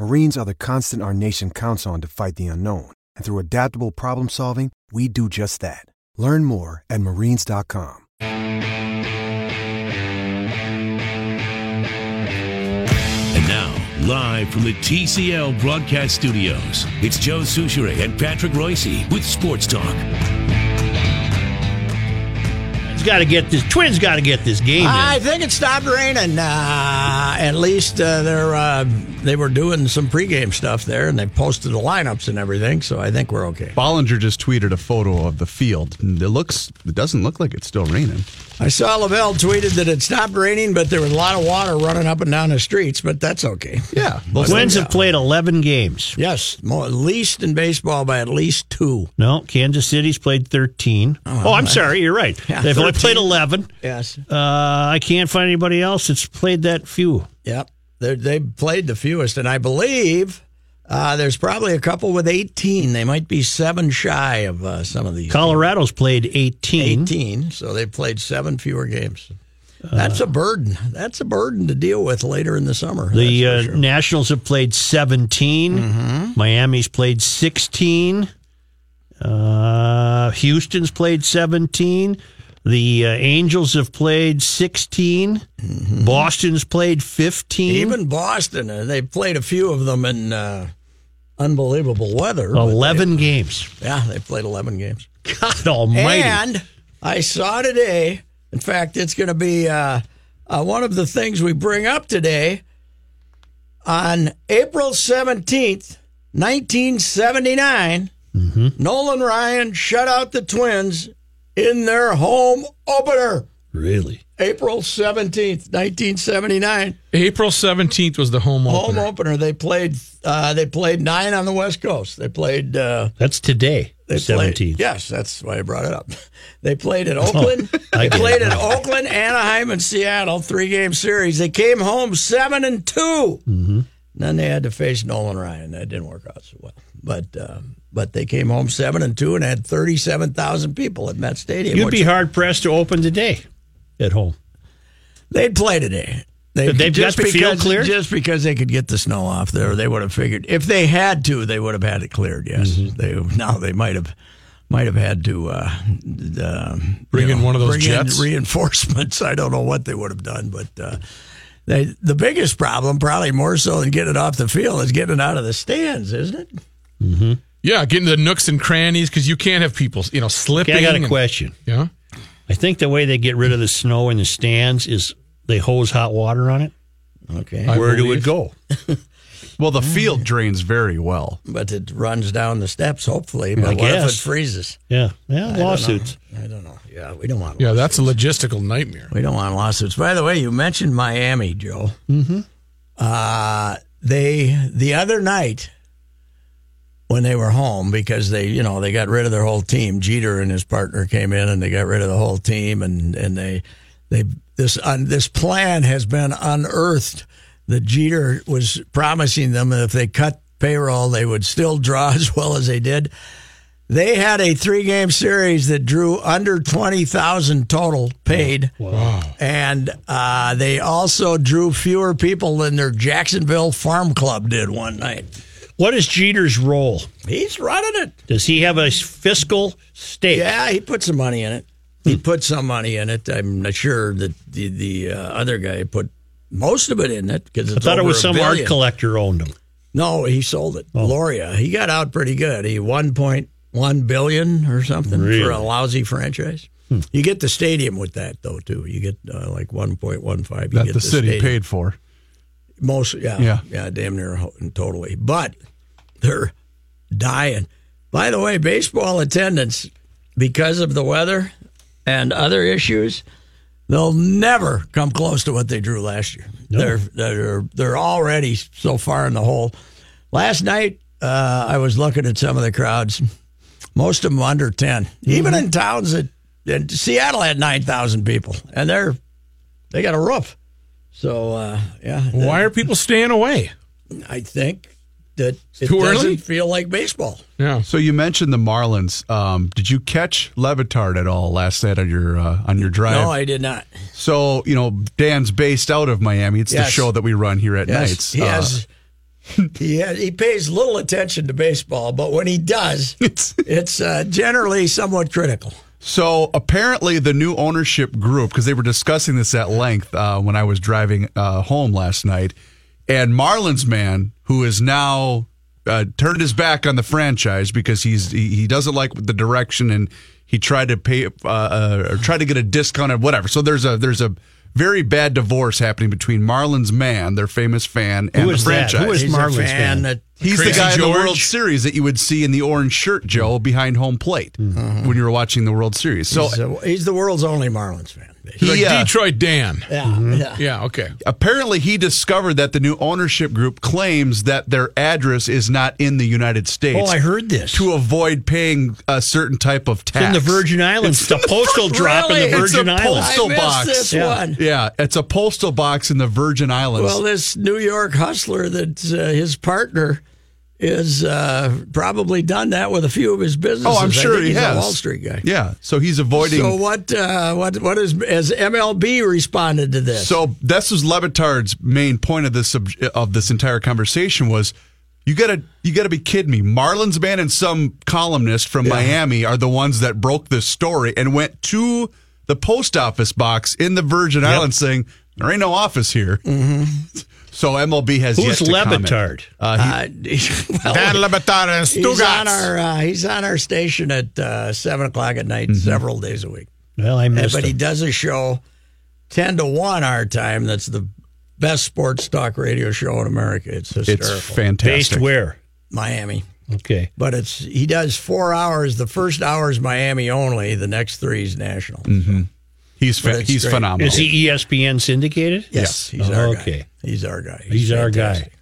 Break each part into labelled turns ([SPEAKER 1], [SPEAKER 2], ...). [SPEAKER 1] Marines are the constant our nation counts on to fight the unknown. And through adaptable problem solving, we do just that. Learn more at marines.com.
[SPEAKER 2] And now, live from the TCL broadcast studios, it's Joe Souchere and Patrick Royce with Sports Talk.
[SPEAKER 3] Twins got to get this. Twins got to get this game. in.
[SPEAKER 4] I think it stopped raining. Uh, at least uh, they're uh, they were doing some pregame stuff there, and they posted the lineups and everything. So I think we're okay.
[SPEAKER 5] Bollinger just tweeted a photo of the field. It looks, it doesn't look like it's still raining.
[SPEAKER 4] I saw Lavelle tweeted that it stopped raining, but there was a lot of water running up and down the streets. But that's okay.
[SPEAKER 5] Yeah,
[SPEAKER 3] Twins have played eleven games.
[SPEAKER 4] Yes, more, least in baseball by at least two.
[SPEAKER 3] No, Kansas City's played thirteen. Oh, I'm sorry, you're right.
[SPEAKER 4] Yeah,
[SPEAKER 3] They've only
[SPEAKER 4] 13.
[SPEAKER 3] played eleven.
[SPEAKER 4] Yes.
[SPEAKER 3] Uh, I can't find anybody else that's played that few.
[SPEAKER 4] Yep. They're, they played the fewest, and I believe uh, there's probably a couple with 18. They might be seven shy of uh, some of these.
[SPEAKER 3] Colorado's played 18.
[SPEAKER 4] 18, so they played seven fewer games. That's a burden. That's a burden to deal with later in the summer.
[SPEAKER 3] The uh,
[SPEAKER 4] that's for sure. Mm-hmm.
[SPEAKER 3] Nationals have played 17. Miami's played 16. Uh, Houston's played 17. The uh, Angels have played 16. Boston's played 15.
[SPEAKER 4] Mm-hmm. even Boston, uh, they played a few of them in uh, unbelievable weather. but
[SPEAKER 3] 11 games.
[SPEAKER 4] they- yeah, they played 11 games.
[SPEAKER 3] God almighty.
[SPEAKER 4] And I saw today. In fact, it's going to be uh, uh, one of the things we bring up today. On April seventeenth, nineteen
[SPEAKER 3] Mm-hmm.
[SPEAKER 4] Nolan Ryan shut out the Twins in their home opener.
[SPEAKER 3] really?
[SPEAKER 4] April seventeenth, nineteen seventy nine,
[SPEAKER 6] April 17th was the home
[SPEAKER 4] home
[SPEAKER 6] opener.
[SPEAKER 4] opener. They played. Uh, they played nine on the West Coast. They played. Uh,
[SPEAKER 3] That's today,
[SPEAKER 4] they played-
[SPEAKER 3] 17.
[SPEAKER 4] yes, that's why I brought it up. They played at Oakland.
[SPEAKER 3] Oh,
[SPEAKER 4] they
[SPEAKER 3] I get it.
[SPEAKER 4] played at Oakland, Anaheim, and Seattle, three game series. They came home seven and 2
[SPEAKER 3] Mm-hmm.
[SPEAKER 4] Then they had to face Nolan Ryan. That didn't work out so well. But um, but they came home seven and two and had thirty seven thousand people at Met Stadium.
[SPEAKER 3] You'd
[SPEAKER 4] which-
[SPEAKER 3] be hard pressed to open today at home.
[SPEAKER 4] They'd play today. They,
[SPEAKER 3] They've
[SPEAKER 4] just
[SPEAKER 3] got the field
[SPEAKER 4] because,
[SPEAKER 3] cleared?
[SPEAKER 4] Just because they could get the snow off there, they would have figured if they had to, they would have had it cleared. Yes,
[SPEAKER 6] Mm-hmm.
[SPEAKER 4] they now they might have might have had to uh, uh,
[SPEAKER 6] Bring in one of those
[SPEAKER 4] bring
[SPEAKER 6] jets?
[SPEAKER 4] in reinforcements. I don't know what they would have done, but uh, they, the biggest problem, probably more so than getting it off the field, is getting it out of the stands, isn't it?
[SPEAKER 6] Yeah, getting the nooks and crannies because you can't have people, you know, slipping.
[SPEAKER 3] Okay, I got a
[SPEAKER 6] and-
[SPEAKER 3] question.
[SPEAKER 6] Yeah.
[SPEAKER 3] I think the way they get rid of the snow in the stands is they hose hot water on it.
[SPEAKER 4] Okay,
[SPEAKER 6] I
[SPEAKER 3] Where do it
[SPEAKER 6] believe.
[SPEAKER 3] go?
[SPEAKER 5] well, the field drains very well.
[SPEAKER 4] but it runs down the steps. Hopefully, but what if
[SPEAKER 3] guess.
[SPEAKER 4] it freezes?
[SPEAKER 3] Yeah. Yeah,
[SPEAKER 4] I don't know.
[SPEAKER 3] lawsuits.
[SPEAKER 4] I don't know. Yeah, we don't want.
[SPEAKER 6] Yeah, that's a logistical nightmare.
[SPEAKER 4] We don't want lawsuits. By the way, you mentioned Miami, Joe. Mm-hmm. Uh, they the other night when they were home because they you know they got rid of their whole team. Jeter and his partner came in and they got rid of the whole team and and they they this un, this plan has been unearthed that Jeter was promising them that if they cut payroll they would still draw as well as they did. They had a three game series that drew under 20,000 total paid. And uh, they also drew fewer people than their Jacksonville Farm Club did one night.
[SPEAKER 3] What is Jeter's role?
[SPEAKER 4] He's running it.
[SPEAKER 3] Does he have a fiscal stake?
[SPEAKER 4] Yeah, he put some money in it. He put some money in it. I'm not sure that the, the uh, other guy put most of it in it because
[SPEAKER 3] I thought it was some art collector owned Oh. him.
[SPEAKER 4] No, he sold it. Loria. He got out pretty good. He one point one billion or something for
[SPEAKER 3] Really?
[SPEAKER 4] a lousy franchise. You get the stadium with that though too. You get uh, like one point one five.
[SPEAKER 5] that the, city paid for.
[SPEAKER 4] most. Yeah, yeah,
[SPEAKER 5] Yeah.
[SPEAKER 4] damn near ho- totally. But they're dying. By the way, baseball attendance because of the weather and other issues, they'll never come close to what they drew last year. They're they're they're already so far in the hole. Last night, uh, I was looking at some of the crowds. Most of them under 10
[SPEAKER 6] Mm-hmm.
[SPEAKER 4] Even in towns that and Seattle had nine thousand people, and they're they got a roof. So uh, yeah,
[SPEAKER 6] Why are people staying away?
[SPEAKER 4] I think that it
[SPEAKER 6] too
[SPEAKER 4] doesn't
[SPEAKER 6] early?
[SPEAKER 4] feel like baseball.
[SPEAKER 6] Yeah.
[SPEAKER 5] So you mentioned the Marlins. Um, did you catch Levitard at all last night on your uh, on your drive?
[SPEAKER 4] No, I did not.
[SPEAKER 5] so you know Dan's based out of Miami. It's
[SPEAKER 4] Yes.
[SPEAKER 5] the show that we run here at nights.
[SPEAKER 4] he
[SPEAKER 5] Uh,
[SPEAKER 4] has. he has, he pays little attention to baseball, but when he does,
[SPEAKER 5] it's
[SPEAKER 4] it's uh, generally somewhat critical.
[SPEAKER 5] So apparently, the new ownership group, because they were discussing this at length uh, when I was driving uh, home last night, and Marlins man, who is now uh, turned his back on the franchise because he's he, he doesn't like the direction, and he tried to pay uh, uh, or tried to get a discount or whatever. So there's a there's a very bad divorce happening between Marlins man, their famous fan, and
[SPEAKER 3] is
[SPEAKER 5] the
[SPEAKER 3] that? Who
[SPEAKER 5] franchise.
[SPEAKER 3] is
[SPEAKER 4] He's
[SPEAKER 3] Marlins
[SPEAKER 4] a fan.
[SPEAKER 3] fan.
[SPEAKER 4] That,
[SPEAKER 5] He's the
[SPEAKER 6] Crazy
[SPEAKER 5] guy in the
[SPEAKER 6] George?
[SPEAKER 5] World Series that you would see in the orange shirt, Joe, behind home plate when you were watching the World Series. So
[SPEAKER 4] Mm-hmm. he's, a- he's the world's only Marlins fan. basically.
[SPEAKER 6] Like
[SPEAKER 5] he, uh,
[SPEAKER 6] Detroit Dan.
[SPEAKER 4] Yeah,
[SPEAKER 5] Mm-hmm.
[SPEAKER 4] yeah.
[SPEAKER 6] Yeah, okay.
[SPEAKER 5] apparently he discovered that the new ownership group claims that their address is not in the United States
[SPEAKER 4] Oh, I heard this.
[SPEAKER 5] to avoid paying a certain type of tax.
[SPEAKER 3] in the Virgin Islands, the postal drop in
[SPEAKER 4] Really?
[SPEAKER 3] the
[SPEAKER 4] It's
[SPEAKER 3] Virgin
[SPEAKER 5] a
[SPEAKER 3] Islands.
[SPEAKER 4] I
[SPEAKER 5] postal
[SPEAKER 4] missed
[SPEAKER 5] box.
[SPEAKER 4] this
[SPEAKER 3] Yeah.
[SPEAKER 4] one.
[SPEAKER 5] Yeah, it's a postal box in the Virgin Islands.
[SPEAKER 4] Well, this New York hustler that uh, his partner is uh, probably done that with a few of his businesses.
[SPEAKER 5] oh, I'm
[SPEAKER 4] I
[SPEAKER 5] sure
[SPEAKER 4] think
[SPEAKER 5] he
[SPEAKER 4] he's
[SPEAKER 5] has.
[SPEAKER 4] a Wall Street guy.
[SPEAKER 5] Yeah, so he's avoiding.
[SPEAKER 4] So what? Uh, what? What is? Has MLB responded to this?
[SPEAKER 5] So this was Levitard's main point of this sub- of this entire conversation was you gotta you gotta be kidding me. Marlins man and some columnist from Miami are the ones that broke this story and went to the post office box in the Virgin Islands saying there ain't no office here. So MLB has
[SPEAKER 3] Who's
[SPEAKER 5] yet to comment.
[SPEAKER 3] Levitard?
[SPEAKER 4] uh, well,
[SPEAKER 6] Levitard and
[SPEAKER 4] he's on our uh, he's on our station at uh, seven o'clock at night, several days a week.
[SPEAKER 3] Mm-hmm. Well, I
[SPEAKER 4] Uh,
[SPEAKER 3] missed
[SPEAKER 4] but he
[SPEAKER 3] it.
[SPEAKER 4] does a show ten to one our time. That's the best sports talk radio show in America. It's hysterical.
[SPEAKER 5] It's
[SPEAKER 3] Based
[SPEAKER 5] fantastic.
[SPEAKER 3] where?
[SPEAKER 4] Miami.
[SPEAKER 3] Okay.
[SPEAKER 4] But it's he does four hours. The first hour is Miami only. The next three is national.
[SPEAKER 3] Mm-hmm.
[SPEAKER 5] he's fa-
[SPEAKER 4] But it's
[SPEAKER 5] he's
[SPEAKER 4] great.
[SPEAKER 5] phenomenal.
[SPEAKER 3] Is he E ESPN syndicated?
[SPEAKER 4] Yes, he's
[SPEAKER 3] Oh,
[SPEAKER 4] our guy.
[SPEAKER 3] okay.
[SPEAKER 4] He's our guy.
[SPEAKER 3] He's our guy.
[SPEAKER 4] fantastic.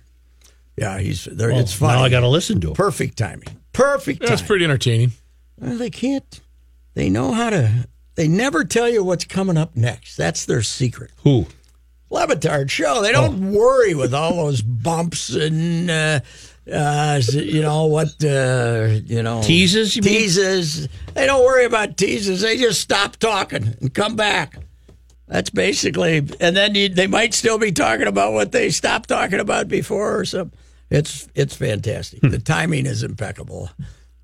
[SPEAKER 4] Yeah, he's there.
[SPEAKER 3] Oh,
[SPEAKER 4] it's funny.
[SPEAKER 3] Now I got to listen to him.
[SPEAKER 4] Perfect timing. Perfect timing.
[SPEAKER 6] That's pretty entertaining.
[SPEAKER 4] Well, they can't. They know how to. They never tell you what's coming up next. That's their secret.
[SPEAKER 3] Who? Oh.
[SPEAKER 4] Levitard show. They don't worry with all those bumps and uh, uh, you know what uh, you know
[SPEAKER 3] Teases, you mean?
[SPEAKER 4] teases. They don't worry about teases. They just stop talking and come back. That's basically, and then you, they might still be talking about what they stopped talking about before or something. It's it's fantastic.
[SPEAKER 3] Hmm.
[SPEAKER 4] The timing is impeccable.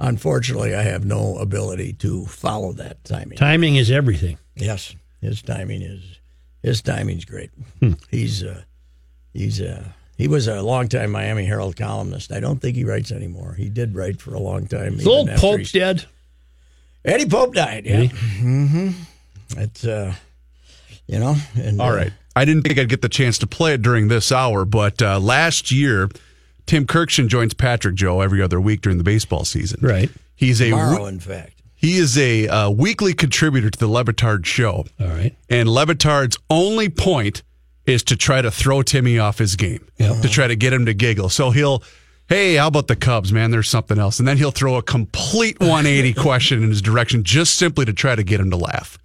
[SPEAKER 4] Unfortunately, I have no ability to follow that timing.
[SPEAKER 3] Timing is everything.
[SPEAKER 4] Yes, his timing is his timing's great.
[SPEAKER 3] Hmm.
[SPEAKER 4] He's uh, he's uh, he was a longtime Miami Herald columnist. I don't think he writes anymore. He did write for a long time.
[SPEAKER 3] The old
[SPEAKER 4] even after
[SPEAKER 3] Pope's
[SPEAKER 4] he-
[SPEAKER 3] dead.
[SPEAKER 4] Eddie Pope died. Yeah, mm-hmm. it's uh, you know. And, uh,
[SPEAKER 5] All right. I didn't think I'd get the chance to play it during this hour, but uh, last year, Tim Kirkshin joins Patrick Joe every other week during the baseball season.
[SPEAKER 3] Right.
[SPEAKER 5] He's a
[SPEAKER 4] tomorrow, in fact.
[SPEAKER 5] he is a uh, weekly contributor to the Levitard show,
[SPEAKER 3] All right.
[SPEAKER 5] and Levitard's only point is to try to throw Timmy off his game, to try to get him to giggle. So he'll, hey, how about the Cubs, man? There's something else, and then he'll throw a complete 180 question in his direction, just simply to try to get him to laugh.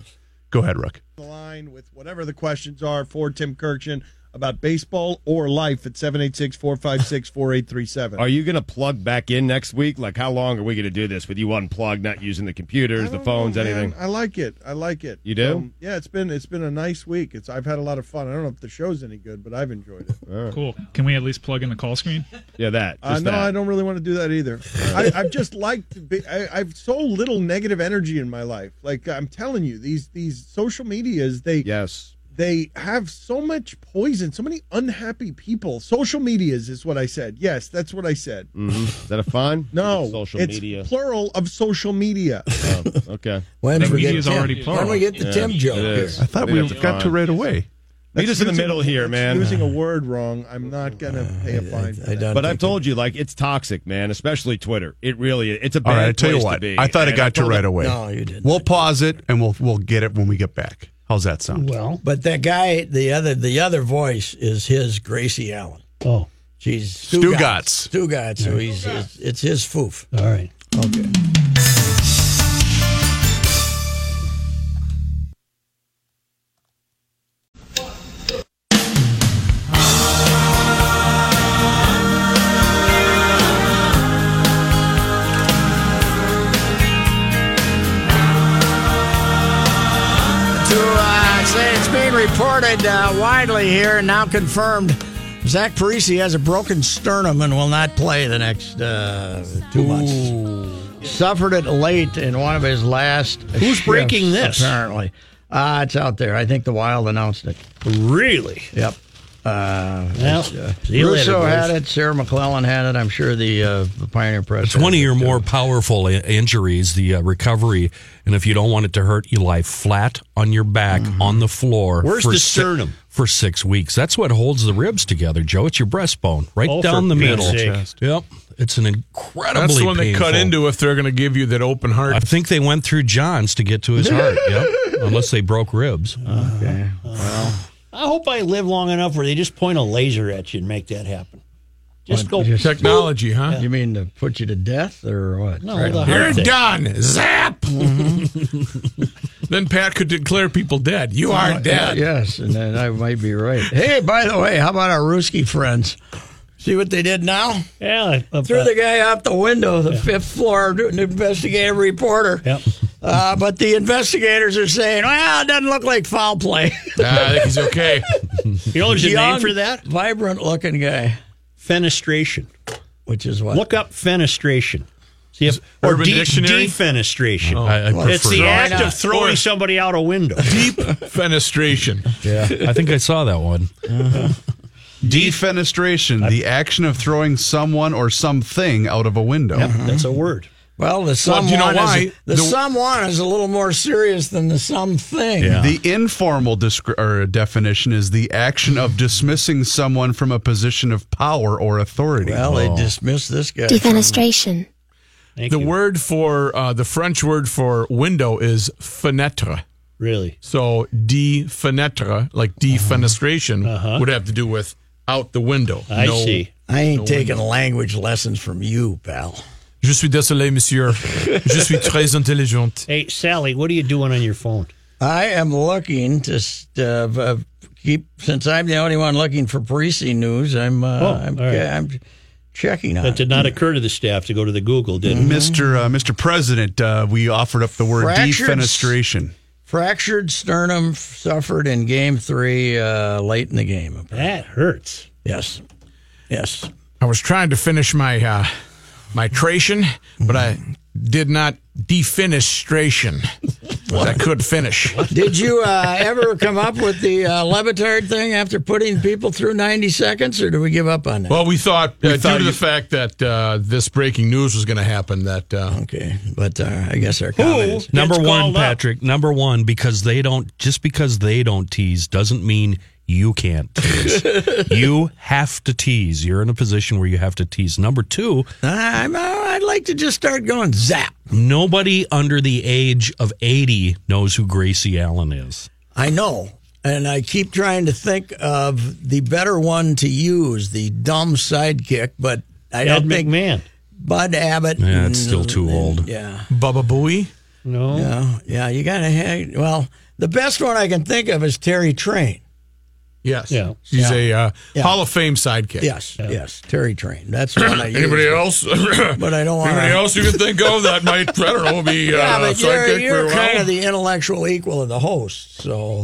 [SPEAKER 5] Go ahead, Rook.
[SPEAKER 7] the line with whatever the questions are for Tim Kirkshin about baseball or life at 786 456 4837.
[SPEAKER 8] Are you going to plug back in next week? Like, how long are we going to do this with you unplugged, not using the computers, the phones, anything?
[SPEAKER 7] I like it. I like it. Um,
[SPEAKER 8] You do?
[SPEAKER 7] yeah, it's been it's been a nice week. It's I've had a lot of fun. I don't know if the show's any good, but I've enjoyed it.
[SPEAKER 9] Cool. Can we at least plug in the call screen?
[SPEAKER 8] Yeah, that.
[SPEAKER 7] Uh,
[SPEAKER 8] Just
[SPEAKER 7] no,
[SPEAKER 8] that.
[SPEAKER 7] I don't really want to do that either. I, I've just liked to be. I, I've so little negative energy in my life. Like I'm telling you, these these social medias they
[SPEAKER 8] Yes.
[SPEAKER 7] they have so much poison, so many unhappy people. Social medias is what I said. Yes, that's what I said.
[SPEAKER 8] Mhm. Is that a fine?
[SPEAKER 7] No,
[SPEAKER 8] Social
[SPEAKER 7] it's
[SPEAKER 8] media. Oh.
[SPEAKER 7] plural of social media.
[SPEAKER 8] okay.
[SPEAKER 4] When
[SPEAKER 7] That
[SPEAKER 4] we get
[SPEAKER 7] media's
[SPEAKER 4] Tim,
[SPEAKER 7] already
[SPEAKER 4] when
[SPEAKER 7] plural.
[SPEAKER 4] we get the
[SPEAKER 7] Yeah,
[SPEAKER 4] Tim
[SPEAKER 7] it
[SPEAKER 4] joke,
[SPEAKER 7] is. I thought we got to right
[SPEAKER 5] away.
[SPEAKER 8] Meet us in the
[SPEAKER 7] Using-
[SPEAKER 8] middle here,
[SPEAKER 7] that's
[SPEAKER 8] man.
[SPEAKER 7] Using a word wrong, I'm not gonna pay a fine. for that.
[SPEAKER 8] but I've told you, like it's toxic, man. Especially Twitter. It really, it's a bad
[SPEAKER 5] All right, I tell you
[SPEAKER 8] place
[SPEAKER 5] what.
[SPEAKER 8] to be.
[SPEAKER 5] I thought it
[SPEAKER 8] And
[SPEAKER 5] got to
[SPEAKER 8] told
[SPEAKER 5] right
[SPEAKER 8] him-
[SPEAKER 5] away. We'll pause it and we'll we'll get it when we get back. How's that sound?
[SPEAKER 3] Well,
[SPEAKER 4] but that guy, the other, the other voice is his Gracie Allen.
[SPEAKER 3] Oh,
[SPEAKER 4] she's
[SPEAKER 5] Stugatz.
[SPEAKER 4] Stugatz. So he's it's, it's his foof.
[SPEAKER 3] all right.
[SPEAKER 4] Okay. to uh, say it's being reported uh, widely here and now confirmed. Zach Parisi has a broken sternum and will not play the next uh, two months. Suffered it late in one of his last.
[SPEAKER 3] Who's
[SPEAKER 4] shifts,
[SPEAKER 3] breaking this?
[SPEAKER 4] Apparently, uh, it's out there. I think the Wild announced it.
[SPEAKER 3] Really?
[SPEAKER 4] Yep. Uh,
[SPEAKER 3] Well,
[SPEAKER 4] uh,
[SPEAKER 3] see you later,
[SPEAKER 4] Russo
[SPEAKER 3] boys.
[SPEAKER 4] had it. Sarah McClellan had it. I'm sure the, uh, the Pioneer Press. had
[SPEAKER 10] Twenty
[SPEAKER 4] it,
[SPEAKER 10] or
[SPEAKER 4] too.
[SPEAKER 10] more powerful i- injuries, the uh, recovery, and if you don't want it to hurt, you lie flat on your back
[SPEAKER 4] Mm-hmm.
[SPEAKER 10] on the floor.
[SPEAKER 3] Where's
[SPEAKER 10] for
[SPEAKER 3] the
[SPEAKER 10] si-
[SPEAKER 3] sternum?
[SPEAKER 10] for six weeks. That's what holds the ribs together, Joe. It's your breastbone, right
[SPEAKER 3] Oh,
[SPEAKER 10] down
[SPEAKER 3] for
[SPEAKER 10] the
[SPEAKER 3] Pete's
[SPEAKER 10] middle.
[SPEAKER 3] sake.
[SPEAKER 10] Yep, it's an incredibly.
[SPEAKER 6] That's the one they cut
[SPEAKER 10] painful-
[SPEAKER 6] into if they're going to give you that open heart.
[SPEAKER 10] I think they went through John's to get to his heart. Yep, unless they broke ribs.
[SPEAKER 6] Uh,
[SPEAKER 3] I hope I live long enough where they just point a laser at you and make that happen. Just go.
[SPEAKER 6] Technology, huh?
[SPEAKER 4] You mean to put you to death or what?
[SPEAKER 3] No,
[SPEAKER 4] Right.
[SPEAKER 3] the
[SPEAKER 6] You're
[SPEAKER 3] heart thing.
[SPEAKER 6] done. Zap. Mm-hmm. then Pat could declare people dead. You are dead.
[SPEAKER 4] Yes, and then I might be right. Hey, by the way, how about our Ruski friends? See what they did now?
[SPEAKER 3] Yeah, uh,
[SPEAKER 4] Threw the guy out the window, of the fifth floor, an investigative reporter.
[SPEAKER 3] Yep.
[SPEAKER 4] Uh, but the investigators are saying, well, it doesn't look like foul play.
[SPEAKER 6] Nah, I think he's okay.
[SPEAKER 4] Hmm.
[SPEAKER 3] you know, there's a
[SPEAKER 4] Young,
[SPEAKER 3] name for that.
[SPEAKER 4] Vibrant looking guy,
[SPEAKER 3] Fenestration.
[SPEAKER 4] which is what?
[SPEAKER 3] Look up fenestration. See if or
[SPEAKER 6] Urban
[SPEAKER 3] de-
[SPEAKER 6] Dictionary?
[SPEAKER 3] defenestration.
[SPEAKER 10] I, I prefer.
[SPEAKER 3] it's the act
[SPEAKER 4] not?
[SPEAKER 3] of throwing
[SPEAKER 6] Or-
[SPEAKER 3] somebody out a window.
[SPEAKER 6] Deep fenestration.
[SPEAKER 10] I think I saw that one.
[SPEAKER 5] Defenestration, the action of throwing someone or something out of a window.
[SPEAKER 3] That's a word.
[SPEAKER 4] Well, the someone,
[SPEAKER 6] do you know
[SPEAKER 4] Is,
[SPEAKER 6] why?
[SPEAKER 4] the,
[SPEAKER 6] The-
[SPEAKER 4] someone is a little more serious than the something.
[SPEAKER 5] The informal descri- or definition is the action of dismissing someone from a position of power or authority.
[SPEAKER 4] Well,
[SPEAKER 10] Oh.
[SPEAKER 4] they dismissed this guy.
[SPEAKER 11] Defenestration.
[SPEAKER 3] Thank
[SPEAKER 6] The
[SPEAKER 3] you.
[SPEAKER 6] word for uh, the French word for window is fenêtre.
[SPEAKER 3] really.
[SPEAKER 6] So de fenêtre, like defenestration, would have to do with out the window.
[SPEAKER 3] Uh-huh. I see.
[SPEAKER 4] I ain't taking language lessons from you, pal.
[SPEAKER 6] Je suis désolé, monsieur. Je suis très intelligente.
[SPEAKER 3] Hey Sally, what are you doing on your phone?
[SPEAKER 4] I am looking to uh, uh, keep since I'm the only one looking for Parisi news. I'm uh,
[SPEAKER 3] Oh,
[SPEAKER 4] I'm,
[SPEAKER 3] all right.
[SPEAKER 4] I'm checking on
[SPEAKER 3] That
[SPEAKER 4] it.
[SPEAKER 3] did not occur to the staff to go to the Google, did it?
[SPEAKER 5] Mr. Uh, Mr. President, uh, we offered up the word
[SPEAKER 4] Fractured s-
[SPEAKER 5] defenestration.
[SPEAKER 4] fractured sternum suffered in Game Three uh, late in the game.
[SPEAKER 3] That hurts.
[SPEAKER 4] Yes, yes.
[SPEAKER 6] I was trying to finish my uh, my tration, but I did not defenestration. But I could finish.
[SPEAKER 4] Did you uh, ever come up with the uh, levitard thing after putting people through 90 seconds, or do we give up on that?
[SPEAKER 6] Well, we thought, uh,
[SPEAKER 5] thought
[SPEAKER 6] due to
[SPEAKER 5] you-
[SPEAKER 6] the fact that uh, this breaking news was going to happen, that uh,
[SPEAKER 4] okay, but uh, I guess our comment is
[SPEAKER 10] Number
[SPEAKER 3] gets
[SPEAKER 10] one,
[SPEAKER 3] called up.
[SPEAKER 10] Patrick. Number one, because they don't just because they don't tease doesn't mean you can't tease. you have to tease. You're in a position where you have to tease. Number two,
[SPEAKER 4] I'm, uh, I'd like to just start going zap.
[SPEAKER 10] nobody under the age of 80 knows who Gracie Allen is.
[SPEAKER 4] I know. And I keep trying to think of the better one to use, the dumb sidekick, but I
[SPEAKER 3] Ed
[SPEAKER 4] don't think
[SPEAKER 3] McMahon.
[SPEAKER 4] Bud Abbott.
[SPEAKER 10] Yeah, it's still too
[SPEAKER 4] and-
[SPEAKER 10] old.
[SPEAKER 4] Mm, Yeah.
[SPEAKER 6] Bubba Booey.
[SPEAKER 3] No.
[SPEAKER 4] No, yeah, you got to hang. Well, the best one I can think of is Terry Train.
[SPEAKER 6] Yes.
[SPEAKER 3] Yeah.
[SPEAKER 6] He's a uh,
[SPEAKER 4] Yeah.
[SPEAKER 6] Hall of Fame sidekick.
[SPEAKER 4] Yes, yes, Terry Train. That's the one I use.
[SPEAKER 6] else?
[SPEAKER 4] But I don't wanna-
[SPEAKER 6] Anybody else you can think of that might, I don't know, be uh,
[SPEAKER 4] Yeah, but you're,
[SPEAKER 6] sidekick for
[SPEAKER 4] you're
[SPEAKER 6] a
[SPEAKER 4] kind
[SPEAKER 6] while?
[SPEAKER 4] of the intellectual equal of the host, so
[SPEAKER 3] Well,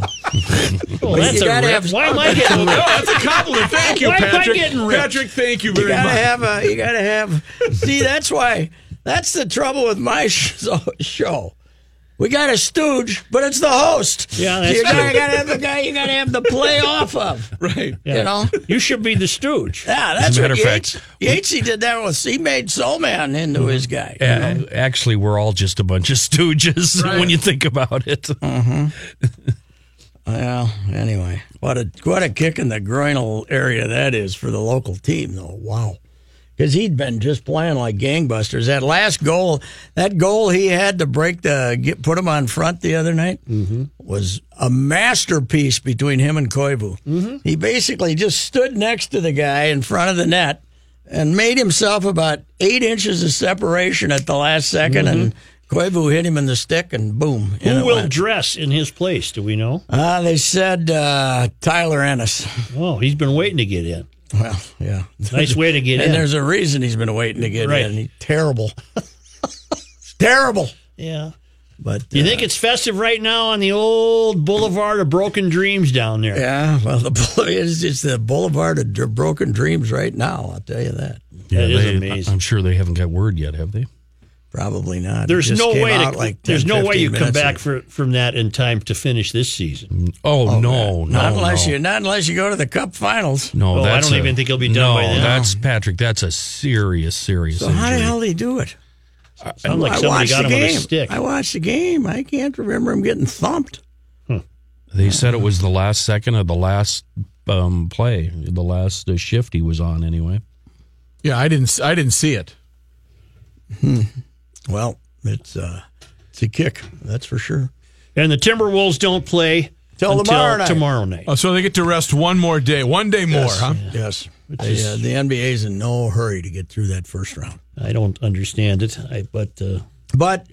[SPEAKER 4] But
[SPEAKER 3] that's
[SPEAKER 4] you
[SPEAKER 3] a
[SPEAKER 4] gotta
[SPEAKER 3] rip.
[SPEAKER 4] have-
[SPEAKER 3] Why am I getting
[SPEAKER 6] No, that's a compliment. Thank you,
[SPEAKER 3] Why am I
[SPEAKER 6] Patrick.
[SPEAKER 3] getting ripped?
[SPEAKER 6] Patrick, thank you
[SPEAKER 4] you
[SPEAKER 6] very
[SPEAKER 4] gotta
[SPEAKER 6] much.
[SPEAKER 4] have a. You gotta have. See, that's why. That's the trouble with my sh- show. We got a stooge, but it's the host.
[SPEAKER 11] Yeah, that's
[SPEAKER 4] you gotta,
[SPEAKER 11] true.
[SPEAKER 4] gotta have the guy you gotta have the play off of. Right. You know?
[SPEAKER 11] you should be the stooge.
[SPEAKER 4] Yeah, that's
[SPEAKER 10] As a matter
[SPEAKER 4] what
[SPEAKER 10] of fact,
[SPEAKER 4] Yates, Yatesy did that with he made Soul Man into his guy. you know?
[SPEAKER 10] Uh, actually, we're all just a bunch of stooges when you think about it.
[SPEAKER 4] Mm-hmm. Well, anyway, what a what a kick in the groinal area that is for the local team, though. Wow, because he'd been just playing like gangbusters. That last goal, that goal he had to break the get, put him on front the other night was a masterpiece between him and Koivu. He basically just stood next to the guy in front of the net and made himself about eight inches of separation at the last 2nd and Koivu hit him in the stick, and boom. in
[SPEAKER 11] Who
[SPEAKER 4] it
[SPEAKER 11] will
[SPEAKER 4] went.
[SPEAKER 11] dress in his place? Do we know?
[SPEAKER 4] Uh, they said uh, Tyler Ennis.
[SPEAKER 11] Oh, he's been waiting to get in.
[SPEAKER 4] Well, yeah.
[SPEAKER 11] Nice way to get
[SPEAKER 4] and
[SPEAKER 11] in.
[SPEAKER 4] there's a reason he's been waiting to get
[SPEAKER 11] Right.
[SPEAKER 4] in. He, terrible. terrible.
[SPEAKER 11] yeah.
[SPEAKER 4] But uh,
[SPEAKER 11] You think it's festive right now on the old Boulevard of Broken Dreams down there?
[SPEAKER 4] yeah, well, the boy is it's the boulevard of Dr- broken dreams right now. I'll tell you that.
[SPEAKER 11] That is
[SPEAKER 10] they-
[SPEAKER 11] amazing.
[SPEAKER 10] I'm sure they haven't got word yet, have they?
[SPEAKER 4] Probably not.
[SPEAKER 11] There's
[SPEAKER 4] It just
[SPEAKER 11] no
[SPEAKER 4] came
[SPEAKER 11] way
[SPEAKER 4] out
[SPEAKER 11] to,
[SPEAKER 4] like 10,
[SPEAKER 11] there's no way
[SPEAKER 4] 15
[SPEAKER 11] you come
[SPEAKER 4] minutes
[SPEAKER 11] back
[SPEAKER 4] ago.
[SPEAKER 11] for, from that in time to finish this season.
[SPEAKER 10] Oh, no, no,
[SPEAKER 4] Not unless
[SPEAKER 10] no.
[SPEAKER 4] you not unless you go to the Cup Finals.
[SPEAKER 10] No,
[SPEAKER 11] Oh, I
[SPEAKER 10] that's
[SPEAKER 11] don't
[SPEAKER 10] a-
[SPEAKER 11] even think he'll be done
[SPEAKER 10] no,
[SPEAKER 11] by then.
[SPEAKER 10] that's Patrick. That's a serious, serious
[SPEAKER 4] So
[SPEAKER 10] injury.
[SPEAKER 4] how the hell did he do it?
[SPEAKER 11] Sounds like
[SPEAKER 4] I
[SPEAKER 11] somebody
[SPEAKER 4] watched
[SPEAKER 11] got
[SPEAKER 4] the
[SPEAKER 11] him on a
[SPEAKER 4] game.
[SPEAKER 11] stick.
[SPEAKER 4] I watched the game. I can't remember him getting thumped.
[SPEAKER 10] They said it was the last second of the last um, play, the last uh, shift he was on. Anyway,
[SPEAKER 6] Yeah, I didn't. I didn't see it.
[SPEAKER 4] Well, it's uh, it's a kick, that's for sure.
[SPEAKER 11] And the Timberwolves don't play
[SPEAKER 4] Till
[SPEAKER 11] until
[SPEAKER 4] tomorrow night.
[SPEAKER 11] tomorrow night.
[SPEAKER 6] Oh, so they get to rest one more day. One day more, huh?
[SPEAKER 4] Yes. The, uh, the NBA's in no hurry to get through that first round.
[SPEAKER 11] I don't understand it, I, but uh,
[SPEAKER 4] But,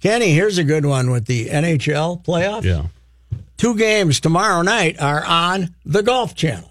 [SPEAKER 4] Kenny, here's a good one with the NHL playoffs.
[SPEAKER 10] yeah.
[SPEAKER 4] Two games tomorrow night are on the Golf Channel.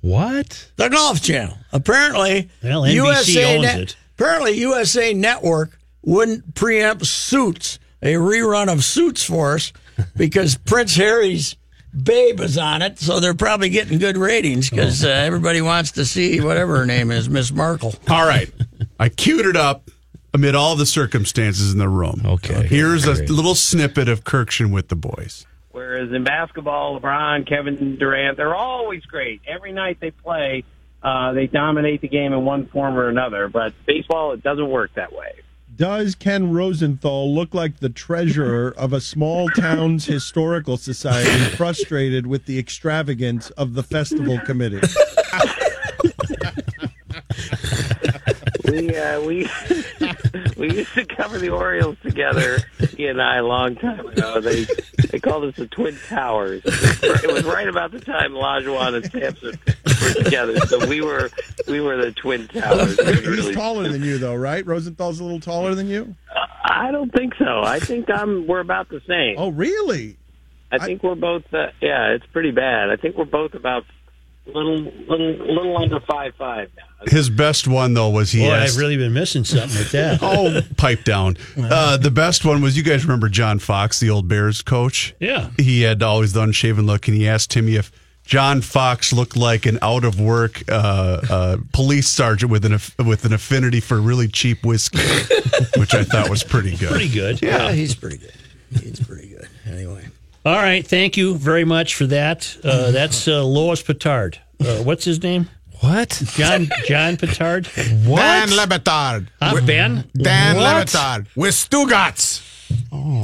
[SPEAKER 10] What?
[SPEAKER 4] The Golf Channel. Apparently,
[SPEAKER 11] Well, NBC
[SPEAKER 4] USA
[SPEAKER 11] owns
[SPEAKER 4] Net-
[SPEAKER 11] it.
[SPEAKER 4] Apparently, USA Network wouldn't preempt Suits, a rerun of Suits for us, because Prince Harry's babe is on it. So they're probably getting good ratings because
[SPEAKER 11] Oh.
[SPEAKER 4] uh, everybody wants to see whatever her name is, Miss Markle.
[SPEAKER 5] All right. I queued it up amid all the circumstances in the room.
[SPEAKER 10] Okay.
[SPEAKER 5] Here's a
[SPEAKER 10] Great.
[SPEAKER 5] little snippet of Kirkshin with the boys.
[SPEAKER 12] Whereas in basketball, LeBron, Kevin Durant, they're always great. Every night they play, uh, they dominate the game in one form or another. But baseball, it doesn't work that way.
[SPEAKER 7] Does Ken Rosenthal look like the treasurer of a small town's historical society frustrated with the extravagance of the festival committee?
[SPEAKER 12] We uh, we we used to cover the Orioles together, he and I, a long time ago. They they called us the Twin Towers. It was right about the time Lajuan and Sampson were together, so we were we were the Twin Towers. We
[SPEAKER 7] He's
[SPEAKER 12] really-
[SPEAKER 7] taller than you, though, right? Rosenthal's a little taller than you?
[SPEAKER 12] I don't think so. I think I'm we're about the same.
[SPEAKER 7] Oh, really?
[SPEAKER 12] I think we're both. Uh, yeah, it's pretty bad. I think we're both about little, little, little under five five now.
[SPEAKER 5] His best one, though, was he
[SPEAKER 11] boy,
[SPEAKER 5] asked.
[SPEAKER 11] I've really been missing something with that.
[SPEAKER 5] oh, pipe down. Uh, the best one was you guys remember John Fox, the old Bears coach?
[SPEAKER 11] Yeah.
[SPEAKER 5] He had always the unshaven look, and he asked Timmy if John Fox looked like an out of work uh, uh, police sergeant with an aff- with an affinity for really cheap whiskey, which I thought was pretty good.
[SPEAKER 11] Pretty good.
[SPEAKER 4] Yeah, he's pretty good. He's pretty good. Anyway,
[SPEAKER 11] All right. Thank you very much for that. Uh, that's uh, Lois Petard. Uh, what's his name?
[SPEAKER 10] What?
[SPEAKER 11] John John Petard.
[SPEAKER 6] Dan Lebetard.
[SPEAKER 11] Huh, ben.
[SPEAKER 6] Dan
[SPEAKER 11] What?
[SPEAKER 6] Lebetard. With Stugatz.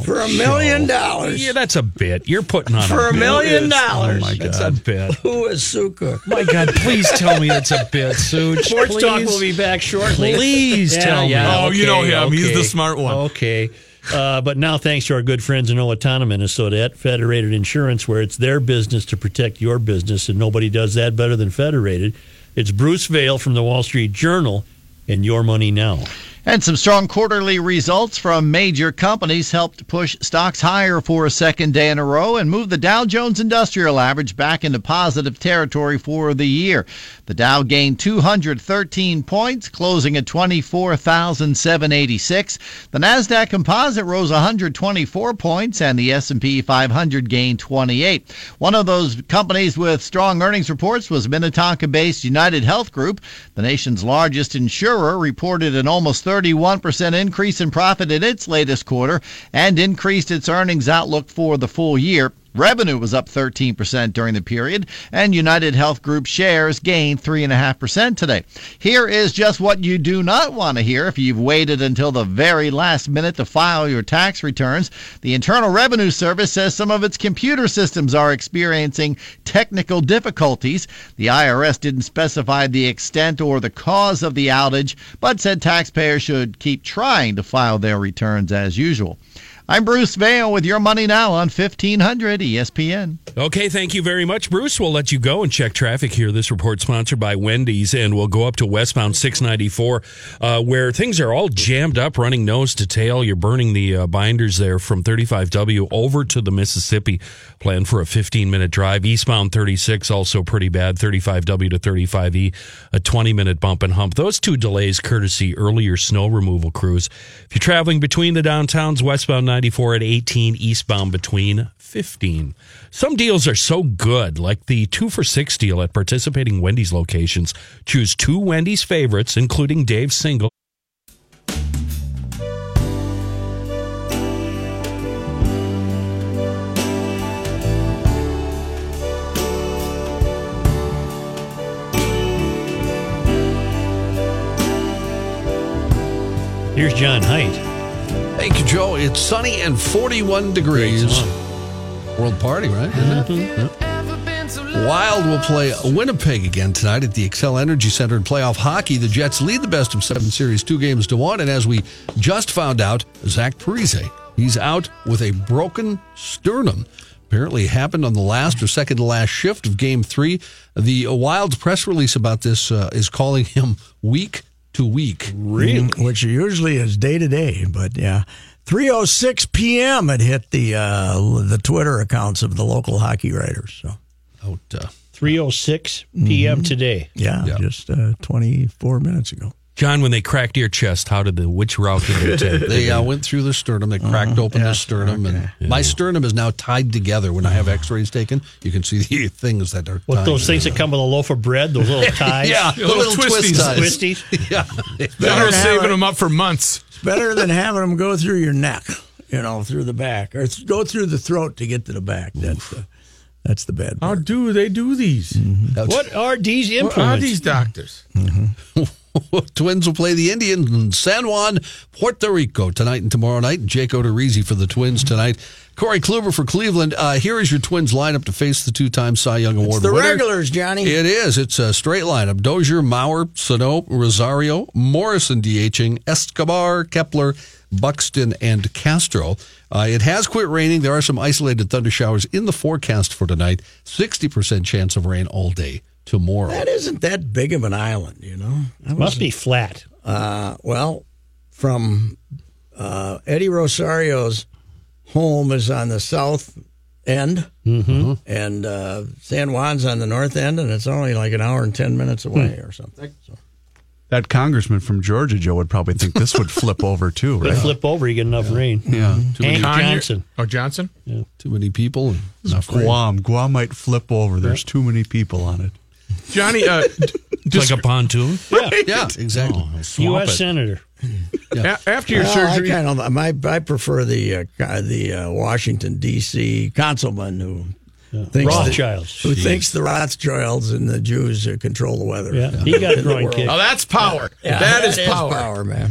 [SPEAKER 4] for a million dollars,
[SPEAKER 10] Yeah, that's a bit. You're putting on
[SPEAKER 4] for
[SPEAKER 10] a
[SPEAKER 4] a
[SPEAKER 10] bit.
[SPEAKER 4] million dollars,
[SPEAKER 10] Oh my god, that's a bit.
[SPEAKER 4] who is Suka?
[SPEAKER 10] My God, please tell me that's a bit, Suge.
[SPEAKER 11] Sports
[SPEAKER 10] please.
[SPEAKER 11] Talk will be back shortly.
[SPEAKER 10] Please tell me.
[SPEAKER 6] Oh, you know him. He's the smart one.
[SPEAKER 11] Okay. Uh, but now, thanks to our good friends in Owatonna, Minnesota, at Federated Insurance, where it's their business to protect your business, and nobody does that better than Federated. It's Bruce Vail from the Wall Street Journal, and your money now.
[SPEAKER 13] And some strong quarterly results from major companies helped push stocks higher for a second day in a row and move the Dow Jones Industrial Average back into positive territory for the year. The Dow gained 213 points, closing at 24,786. The Nasdaq Composite rose 124 points and the S&P 500 gained 28. One of those companies with strong earnings reports was Minnetonka-based United Health Group, the nation's largest insurer, reported an almost 30 31% increase in profit in its latest quarter and increased its earnings outlook for the full year. Revenue was up 13% during the period, and United Health Group shares gained 3.5% today. Here is just what you do not want to hear if you've waited until the very last minute to file your tax returns. The Internal Revenue Service says some of its computer systems are experiencing technical difficulties. The IRS didn't specify the extent or the cause of the outage, but said taxpayers should keep trying to file their returns as usual. I'm Bruce Vail with Your Money Now on E 1500 ESPN.
[SPEAKER 10] Okay, thank you very much, Bruce. We'll let you go and check traffic here. This report sponsored by Wendy's, and we'll go up to westbound 694, uh, where things are all jammed up, running nose to tail. You're burning the uh, binders there from 35W over to the Mississippi. Plan for a 15 minute drive. Eastbound 36 also pretty bad. 35W to 35E, E, a 20 minute bump and hump. Those two delays courtesy earlier snow removal crews. If you're traveling between the downtowns, westbound 94 at 18, eastbound between 15. Some deals are so good, like the two for six deal at participating Wendy's locations. Choose two Wendy's favorites, including Dave's single.
[SPEAKER 11] Here's John Height.
[SPEAKER 14] Thank you, Joe. It's sunny and 41 degrees. World party, right? Isn't it?
[SPEAKER 11] Mm-hmm.
[SPEAKER 14] Yeah. Wild will play Winnipeg again tonight at the Excel Energy Center in playoff hockey. The Jets lead the best of seven series, two games to one. And as we just found out, Zach Parise, he's out with a broken sternum. Apparently happened on the last or second to last shift of game three. The Wild's press release about this uh, is calling him weak to week.
[SPEAKER 4] Really? Mm, Which usually is day to day, but yeah. 3:06 p.m. it hit the uh, the Twitter accounts of the local hockey writers. So
[SPEAKER 10] Oh,
[SPEAKER 14] out uh,
[SPEAKER 11] 3:06 p.m.
[SPEAKER 4] Mhm.
[SPEAKER 11] today.
[SPEAKER 4] yeah, just uh, 24 minutes ago.
[SPEAKER 10] John, when they cracked your chest, how did the which route did they take?
[SPEAKER 14] They uh, went through the sternum. They cracked
[SPEAKER 11] Uh-huh.
[SPEAKER 14] open the sternum, and my sternum is now tied together. When I have X-rays taken, you can see the things that are.
[SPEAKER 11] Uh-huh. What
[SPEAKER 14] tied
[SPEAKER 11] those things that
[SPEAKER 14] together.
[SPEAKER 11] come with a loaf of bread, those little ties.
[SPEAKER 14] yeah, the little, twist ties.
[SPEAKER 11] Twisties.
[SPEAKER 14] Yeah,
[SPEAKER 6] They're saving them up for months.
[SPEAKER 4] It's better than having them go through your neck, you know, through the back, or th- go through the throat to get to the back. That's the, that's the bad. Part. Mm-hmm.
[SPEAKER 6] How do they do these?
[SPEAKER 11] What are these
[SPEAKER 6] What
[SPEAKER 11] implements?
[SPEAKER 6] are these doctors?
[SPEAKER 14] Twins will play the Indians in San Juan, Puerto Rico tonight and tomorrow night. Jake Odorizzi for the Twins tonight. Corey Kluber for Cleveland. Uh, here is your Twins lineup to face the two-time Cy Young Award
[SPEAKER 4] It's the
[SPEAKER 14] winner.
[SPEAKER 4] regulars, Johnny.
[SPEAKER 14] It is. It's a straight lineup. Dozier, Maurer, Sano, Rosario, Morrison DHing, Escobar, Kepler, Buxton, and Castro. Uh, it has quit raining. There are some isolated thunder showers in the forecast for tonight. 60% chance of rain all day tomorrow.
[SPEAKER 4] That isn't that big of an island, you know. That
[SPEAKER 11] Must
[SPEAKER 4] was-
[SPEAKER 11] be flat.
[SPEAKER 4] Uh, well, from uh, Eddie Rosario's home is on the south end,
[SPEAKER 11] Mm-hmm.
[SPEAKER 4] and uh, San Juan's on the north end, and it's only like an hour and ten minutes away
[SPEAKER 11] Hmm.
[SPEAKER 4] or something.
[SPEAKER 5] That congressman from Georgia, Joe, would probably think this would flip over too,
[SPEAKER 11] They
[SPEAKER 5] right?
[SPEAKER 11] flip over, you get enough rain.
[SPEAKER 5] Yeah.
[SPEAKER 4] Mm-hmm.
[SPEAKER 5] Too
[SPEAKER 11] Hank
[SPEAKER 5] many,
[SPEAKER 6] Kanye-
[SPEAKER 11] Johnson.
[SPEAKER 6] Oh, Johnson?
[SPEAKER 14] Too many people. and Enough rain.
[SPEAKER 5] Guam. Guam might flip over. There's too many people on it.
[SPEAKER 6] Johnny, uh, d-
[SPEAKER 10] It's like a Oh, pontoon?
[SPEAKER 11] Yeah.
[SPEAKER 14] Yeah, exactly.
[SPEAKER 11] U.S. Senator.
[SPEAKER 6] a- after your
[SPEAKER 4] Well,
[SPEAKER 6] surgery,
[SPEAKER 4] I kind of my I prefer the uh, co- the uh, Washington D.C. councilman who thinks
[SPEAKER 11] Rothschilds.
[SPEAKER 4] the, who thinks the Rothschilds and the Jews uh, control the weather.
[SPEAKER 11] Yeah, he got a
[SPEAKER 4] In the
[SPEAKER 11] groin
[SPEAKER 4] world.
[SPEAKER 11] kick.
[SPEAKER 6] oh, that's power.
[SPEAKER 4] Yeah,
[SPEAKER 6] that is, power.
[SPEAKER 4] man.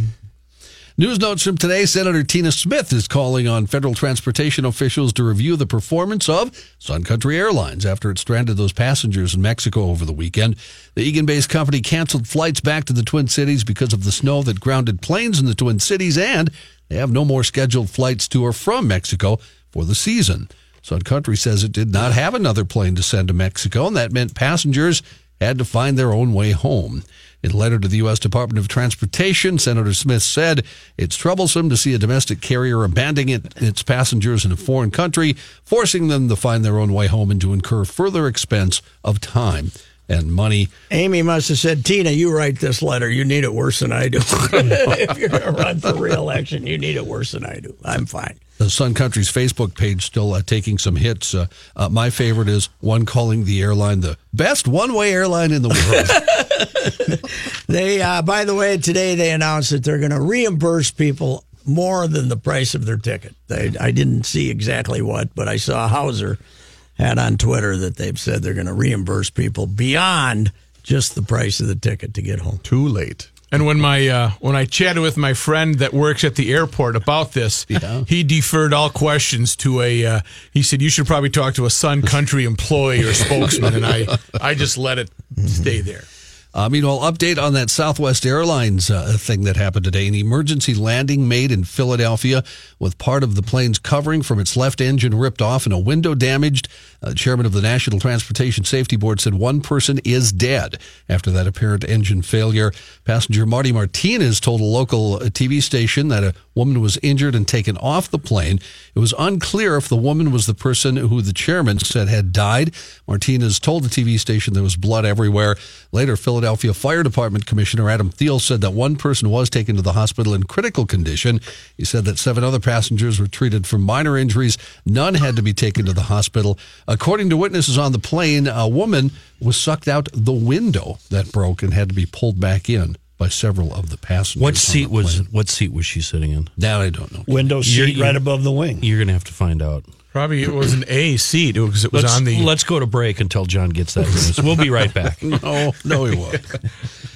[SPEAKER 14] News notes from today Senator Tina Smith is calling on federal transportation officials to review the performance of Sun Country Airlines after it stranded those passengers in Mexico over the weekend. The Egan based company canceled flights back to the Twin Cities because of the snow that grounded planes in the Twin Cities, and they have no more scheduled flights to or from Mexico for the season. Sun Country says it did not have another plane to send to Mexico, and that meant passengers had to find their own way home. In a letter to the U.S. Department of Transportation, Senator Smith said, It's troublesome to see a domestic carrier abandoning it, its passengers in a foreign country, forcing them to find their own way home and to incur further expense of time and money.
[SPEAKER 4] Amy must have said, Tina, you write this letter. You need it worse than I do. if you're going to run for reelection, you need it worse than I do. I'm fine.
[SPEAKER 14] the Sun Country's Facebook page still uh, taking some hits. Uh, uh, my favorite is one calling the airline the best one-way airline in the world.
[SPEAKER 4] They, uh, by the way, today they announced that they're going to reimburse people more than the price of their ticket. They, I didn't see exactly what, but I saw Hauser had on Twitter that they've said they're going to reimburse people beyond just the price of the ticket to get home.
[SPEAKER 5] Too late.
[SPEAKER 6] And when my uh, when I chatted with my friend that works at the airport about this, he deferred all questions to a. Uh, he said you should probably talk to a Sun Country employee or spokesman, and I I just let it stay there.
[SPEAKER 14] Uh, meanwhile, update on that Southwest Airlines uh, thing that happened today. An emergency landing made in Philadelphia with part of the plane's covering from its left engine ripped off and a window damaged. Uh, chairman of the National Transportation Safety Board said one person is dead after that apparent engine failure. Passenger Marty Martinez told a local uh, TV station that a woman was injured and taken off the plane. It was unclear if the woman was the person who the chairman said had died. Martinez told the TV station there was blood everywhere. Later, Philadelphia Fire Department Commissioner Adam Thiel said that one person was taken to the hospital in critical condition. He said that seven other passengers were treated for minor injuries. None had to be taken to the hospital. According to witnesses on the plane, a woman was sucked out the window that broke and had to be pulled back in by several of the passengers.
[SPEAKER 10] What seat was what seat was she sitting in?
[SPEAKER 14] That I don't know.
[SPEAKER 11] Window seat right above the wing.
[SPEAKER 10] You're gonna have to find out.
[SPEAKER 6] Probably it was an A seat because it was
[SPEAKER 10] let's,
[SPEAKER 6] on the.
[SPEAKER 10] Let's go to break until John gets that news. We'll be right back.
[SPEAKER 14] no, no, he won't.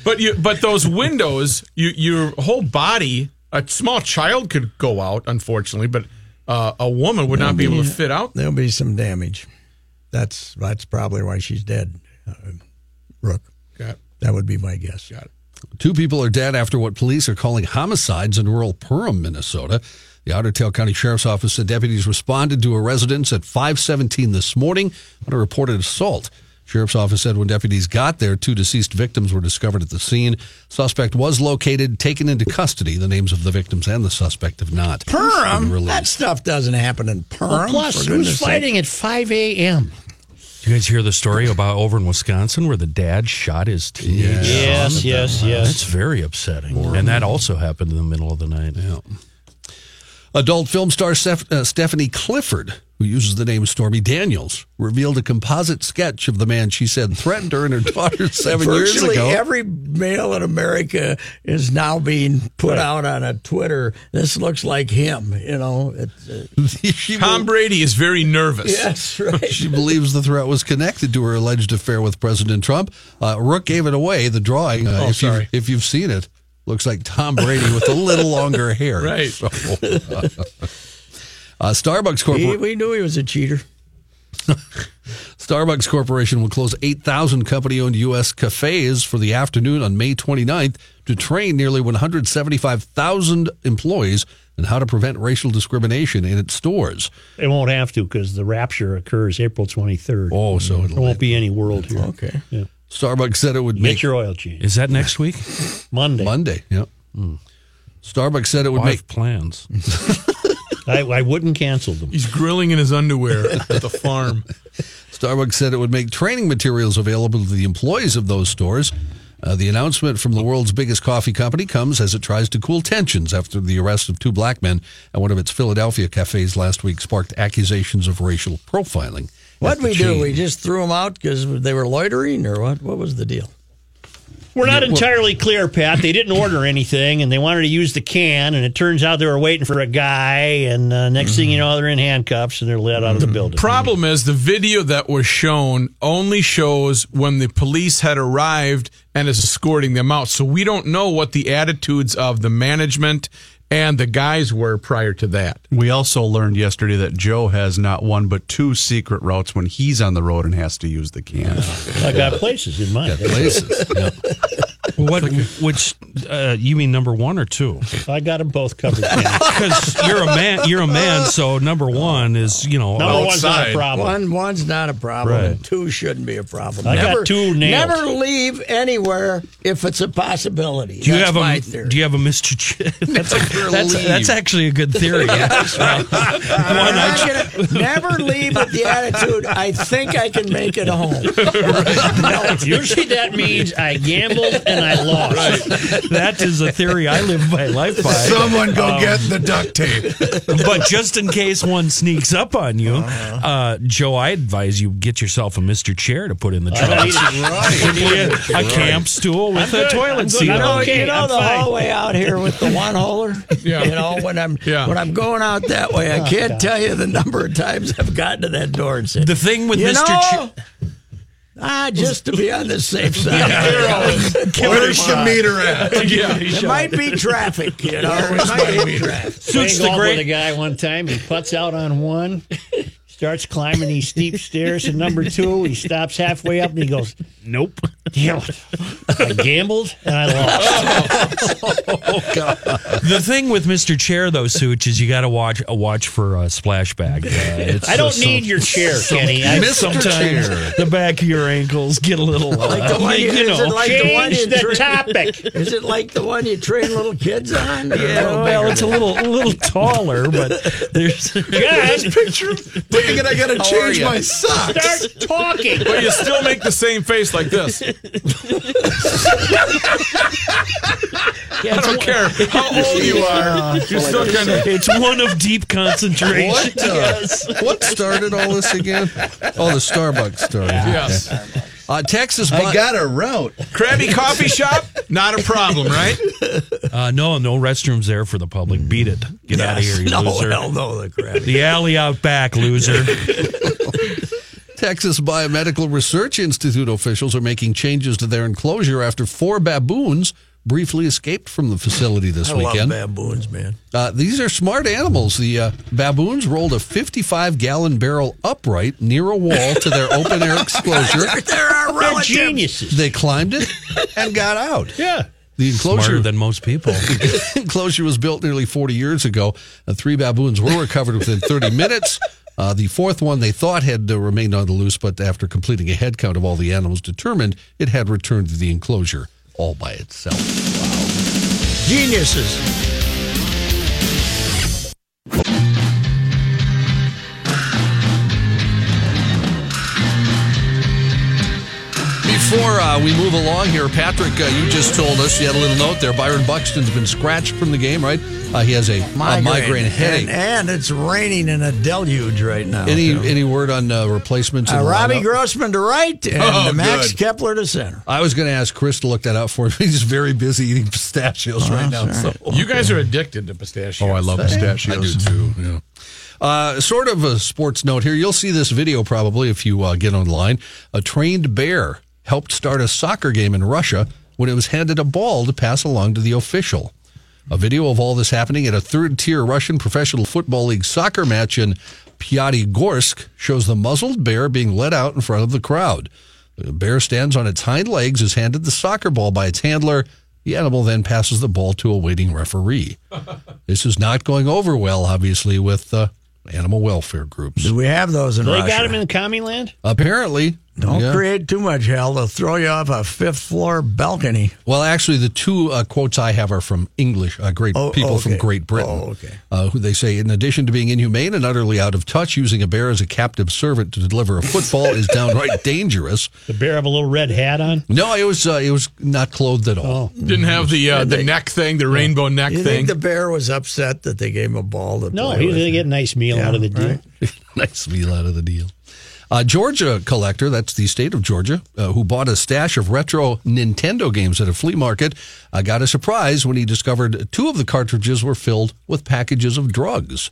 [SPEAKER 6] But you, but those windows, you, your whole body. A small child could go out, unfortunately, but uh, a woman would not be able to fit out.
[SPEAKER 4] There'll be some damage. That's that's probably why she's dead, uh, Rook.
[SPEAKER 6] Got it.
[SPEAKER 4] That would be my guess.
[SPEAKER 6] Got it.
[SPEAKER 14] Two people are dead after what police are calling homicides in rural Perham, Minnesota. The Otter Tail County Sheriff's Office said deputies responded to a residence at 517 this morning on a reported assault. Sheriff's Office said when deputies got there, two deceased victims were discovered at the scene. Suspect was located, taken into custody. The names of the victims and the suspect have not been
[SPEAKER 4] Perm.
[SPEAKER 14] released.
[SPEAKER 4] That stuff doesn't happen in Perm.
[SPEAKER 11] Well, plus,
[SPEAKER 4] for
[SPEAKER 11] who's
[SPEAKER 4] goodness sake.
[SPEAKER 11] fighting at 5 a.m.?
[SPEAKER 10] You guys hear the story about over in Wisconsin where the dad shot his teenage
[SPEAKER 11] Yes,
[SPEAKER 10] son?
[SPEAKER 11] yes, yes.
[SPEAKER 10] That's very upsetting. And that also happened in the middle of the night.
[SPEAKER 14] Yeah. Adult film star Steph- uh, Stephanie Clifford, who uses the name Stormy Daniels, revealed a composite sketch of the man she said threatened her and her daughter seven years
[SPEAKER 4] Virtually
[SPEAKER 14] ago.
[SPEAKER 4] every male in America is now being put out on a Twitter. This looks like him, you know. It's, uh,
[SPEAKER 14] she,
[SPEAKER 6] Tom Brady is very nervous.
[SPEAKER 4] yes, right.
[SPEAKER 14] she believes the threat was connected to her alleged affair with President Trump. Uh, Rook gave it away. The drawing, uh,
[SPEAKER 6] Oh,
[SPEAKER 14] if, you've,
[SPEAKER 6] sorry.
[SPEAKER 14] if you've seen it, looks like Tom Brady with a little longer hair.
[SPEAKER 6] Right.
[SPEAKER 14] So, uh, Starbucks Corporation.
[SPEAKER 4] He, we knew he was a cheater.
[SPEAKER 14] Starbucks Corporation will close 8,000 company owned U.S. cafes for the afternoon on May 29th to train nearly 175,000 employees in how to prevent racial discrimination in its stores.
[SPEAKER 11] It won't have to because the rapture occurs April 23rd.
[SPEAKER 14] Oh, so
[SPEAKER 11] there
[SPEAKER 14] it'll
[SPEAKER 11] won't be any world here.
[SPEAKER 4] Okay.
[SPEAKER 11] Yeah.
[SPEAKER 14] Starbucks said it would
[SPEAKER 11] Get
[SPEAKER 14] make
[SPEAKER 11] your oil change.
[SPEAKER 10] Is that next week?
[SPEAKER 11] Monday.
[SPEAKER 14] Monday. Yeah. Starbucks said it would
[SPEAKER 10] Well, I
[SPEAKER 14] make
[SPEAKER 10] have plans.
[SPEAKER 11] I, I wouldn't cancel them.
[SPEAKER 6] He's grilling in his underwear at the farm.
[SPEAKER 14] Starbucks said it would make training materials available to the employees of those stores. Uh, the announcement from the world's biggest coffee company comes as it tries to cool tensions after the arrest of two black men at one of its Philadelphia cafes last week sparked accusations of racial profiling.
[SPEAKER 4] What
[SPEAKER 14] at the
[SPEAKER 4] we
[SPEAKER 14] chain.
[SPEAKER 4] do? We just threw him out because they were loitering, or what? What was the deal?
[SPEAKER 11] We're not entirely clear, Pat. They didn't order anything, and they wanted to use the can, and it turns out they were waiting for a guy, and uh, next thing you know, they're in handcuffs and they're led out of the building.
[SPEAKER 6] Problem is, the video that was shown only shows when the police had arrived and is escorting them out. So we don't know what the attitudes of the management and the guys were prior to that.
[SPEAKER 5] We also learned yesterday that Joe has not one but two secret routes when he's on the road and has to use the can.
[SPEAKER 11] I got places in mind.
[SPEAKER 14] Places. Yeah.
[SPEAKER 10] what? Which? Uh, you mean number one or two?
[SPEAKER 11] I got them both covered. Ken.
[SPEAKER 10] Because you're a man. You're a man. So number one is you know.
[SPEAKER 11] Number one's not a
[SPEAKER 6] Outside.
[SPEAKER 11] problem.
[SPEAKER 4] One, one's not a problem.
[SPEAKER 10] Right.
[SPEAKER 4] Two shouldn't be a problem.
[SPEAKER 11] I got two nailed.
[SPEAKER 4] Never leave anywhere if it's a possibility.
[SPEAKER 10] do you
[SPEAKER 4] That's
[SPEAKER 10] have
[SPEAKER 4] my
[SPEAKER 10] a
[SPEAKER 4] theory.
[SPEAKER 10] Do you have a Mr. Ch- that's, that's, that's actually a good theory.
[SPEAKER 4] I'm
[SPEAKER 10] One I
[SPEAKER 4] not gonna- never leave with the attitude. I think I can make it home.
[SPEAKER 11] Usually that means I gambled and I lost. That is a theory I live my life by.
[SPEAKER 10] Someone go get the
[SPEAKER 5] duct tape.
[SPEAKER 10] Um, but just in case one sneaks up on you,
[SPEAKER 4] Uh-huh.
[SPEAKER 10] uh, Joe, I advise you get yourself a Mr. Chair to put in the trunk. Simply a- a camp stool with a toilet seat.
[SPEAKER 4] You know,
[SPEAKER 10] on it.
[SPEAKER 4] you know the hallway out here with the one holer.
[SPEAKER 6] Yeah.
[SPEAKER 4] You know when I'm
[SPEAKER 6] Yeah.
[SPEAKER 4] when I'm going out that way, I can't tell you the number of times I've gotten to that door and said
[SPEAKER 10] The thing with
[SPEAKER 4] "You
[SPEAKER 10] Mr.
[SPEAKER 4] Know, Ah, just to be on the safe side.
[SPEAKER 5] Where's the meter at?
[SPEAKER 4] Yeah. It might be traffic, you know. It might be traffic.
[SPEAKER 11] Suits the great. with a guy one time. He puts out on one, starts climbing these steep stairs to number two. He stops halfway up and he goes, "Nope, damn it." I gambled and I lost.
[SPEAKER 10] the thing with Mr. Chair though, Such, is you got to watch uh, watch for a splashback. Uh, it's,
[SPEAKER 11] I
[SPEAKER 10] uh,
[SPEAKER 11] don't
[SPEAKER 10] some-
[SPEAKER 11] need your chair,
[SPEAKER 10] some-
[SPEAKER 11] Kenny. I,
[SPEAKER 10] Mr. Sometimes the back of your ankles get a little, uh,
[SPEAKER 4] Like the one you,
[SPEAKER 10] you
[SPEAKER 4] is
[SPEAKER 10] know,
[SPEAKER 4] it like the one
[SPEAKER 11] change
[SPEAKER 4] you
[SPEAKER 11] the
[SPEAKER 4] train-
[SPEAKER 11] topic.
[SPEAKER 4] Is it like the one you train little kids on?
[SPEAKER 10] Yeah, well, it's a little a little taller, but there's
[SPEAKER 11] John,
[SPEAKER 5] Picture thinking I gotta change my socks.
[SPEAKER 11] start talking.
[SPEAKER 6] But you still make the same face like this. I don't care how old you are. You're still kind of.
[SPEAKER 10] it's one of deep concentration.
[SPEAKER 14] What, the- what started all this again? Oh, the Starbucks started.
[SPEAKER 6] Yes.
[SPEAKER 14] Uh, Texas. I got a route.
[SPEAKER 6] Krabby coffee shop, not a problem, right?
[SPEAKER 10] Uh, no, no restrooms there for the
[SPEAKER 14] Mm.
[SPEAKER 10] public. Beat it. Get out of here, you
[SPEAKER 4] no,
[SPEAKER 10] loser.
[SPEAKER 4] hell no, the crap.
[SPEAKER 10] The alley out back, loser.
[SPEAKER 14] Texas Biomedical Research Institute officials are making changes to their enclosure after four baboons briefly escaped from the facility this
[SPEAKER 4] I love
[SPEAKER 14] weekend.
[SPEAKER 4] baboons, man.
[SPEAKER 14] Uh, these are smart animals. The uh, baboons rolled a 55 gallon barrel upright near a wall to their open air exposure.
[SPEAKER 4] There are
[SPEAKER 11] They're
[SPEAKER 4] relatives.
[SPEAKER 11] geniuses.
[SPEAKER 14] They climbed it and got out.
[SPEAKER 11] Yeah.
[SPEAKER 14] The
[SPEAKER 10] Smarter
[SPEAKER 14] enclosure
[SPEAKER 10] than most people.
[SPEAKER 14] enclosure was built nearly 40 years ago. Uh, three baboons were recovered within 30 minutes. Uh, the fourth one they thought had uh, remained on the loose, but after completing a head count of all the animals, determined it had returned to the enclosure all by itself.
[SPEAKER 4] Geniuses.
[SPEAKER 14] Before uh, we move along here, Patrick, uh, you just told us you had a little note there. Byron Buxton's been scratched from the game, right? Uh, he has a a migraine, headache.
[SPEAKER 4] And, and it's raining in a deluge right now.
[SPEAKER 14] any
[SPEAKER 4] too.
[SPEAKER 14] any word on uh, replacements? in
[SPEAKER 4] Oh, Uh,
[SPEAKER 14] the
[SPEAKER 4] Robbie
[SPEAKER 14] lineup?
[SPEAKER 4] Grossman to right and
[SPEAKER 5] Oh,
[SPEAKER 4] Max
[SPEAKER 5] good.
[SPEAKER 4] Kepler to center.
[SPEAKER 14] I was going to ask Chris to look that up for me. He's very busy eating pistachios right now.
[SPEAKER 4] that's all
[SPEAKER 14] So.
[SPEAKER 6] You guys are addicted to pistachios.
[SPEAKER 5] Oh, I love pistachios.
[SPEAKER 14] I do too. Yeah. Uh, sort of a sports note here. You'll see this video probably if you uh, get online. A trained bear helped start a soccer game in Russia when it was handed a ball to pass along to the official. A video of all this happening at a third tier Russian Professional Football League soccer match in Pyatigorsk shows the muzzled bear being let out in front of the crowd. The bear stands on its hind legs, is handed the soccer ball by its handler. The animal then passes the ball to a waiting referee. This is not going over well, obviously, with uh, animal welfare groups.
[SPEAKER 4] Do we have those in
[SPEAKER 11] They
[SPEAKER 4] Russia?
[SPEAKER 11] got him in the commie land.
[SPEAKER 14] Apparently,
[SPEAKER 4] Don't
[SPEAKER 14] yeah.
[SPEAKER 4] create too much hell. They'll throw you off a fifth floor balcony.
[SPEAKER 14] Well, actually, the two uh, quotes I have are from English, uh, great
[SPEAKER 4] Oh,
[SPEAKER 14] people from
[SPEAKER 4] okay.
[SPEAKER 14] Great Britain,
[SPEAKER 4] Oh, okay.
[SPEAKER 14] uh, who they say, in addition to being inhumane and utterly out of touch, using a bear as a captive servant to deliver a football is downright dangerous.
[SPEAKER 11] The bear have a little red hat on. Oh.
[SPEAKER 14] No, it was uh, it was not clothed at all.
[SPEAKER 6] Didn't have the uh, the neck thing, the rainbow neck
[SPEAKER 4] You
[SPEAKER 6] thing.
[SPEAKER 4] think the bear was upset that they gave him a ball to
[SPEAKER 11] No,
[SPEAKER 4] play
[SPEAKER 11] he was
[SPEAKER 4] with?
[SPEAKER 11] going to get a nice meal
[SPEAKER 4] Yeah,
[SPEAKER 11] out of the deal.
[SPEAKER 4] right.
[SPEAKER 14] nice meal out of the deal. Uh, Georgia collector, that's the state of Georgia, uh, who bought a stash of retro Nintendo games at a flea market, uh, got a surprise when he discovered two of the cartridges were filled with packages of drugs.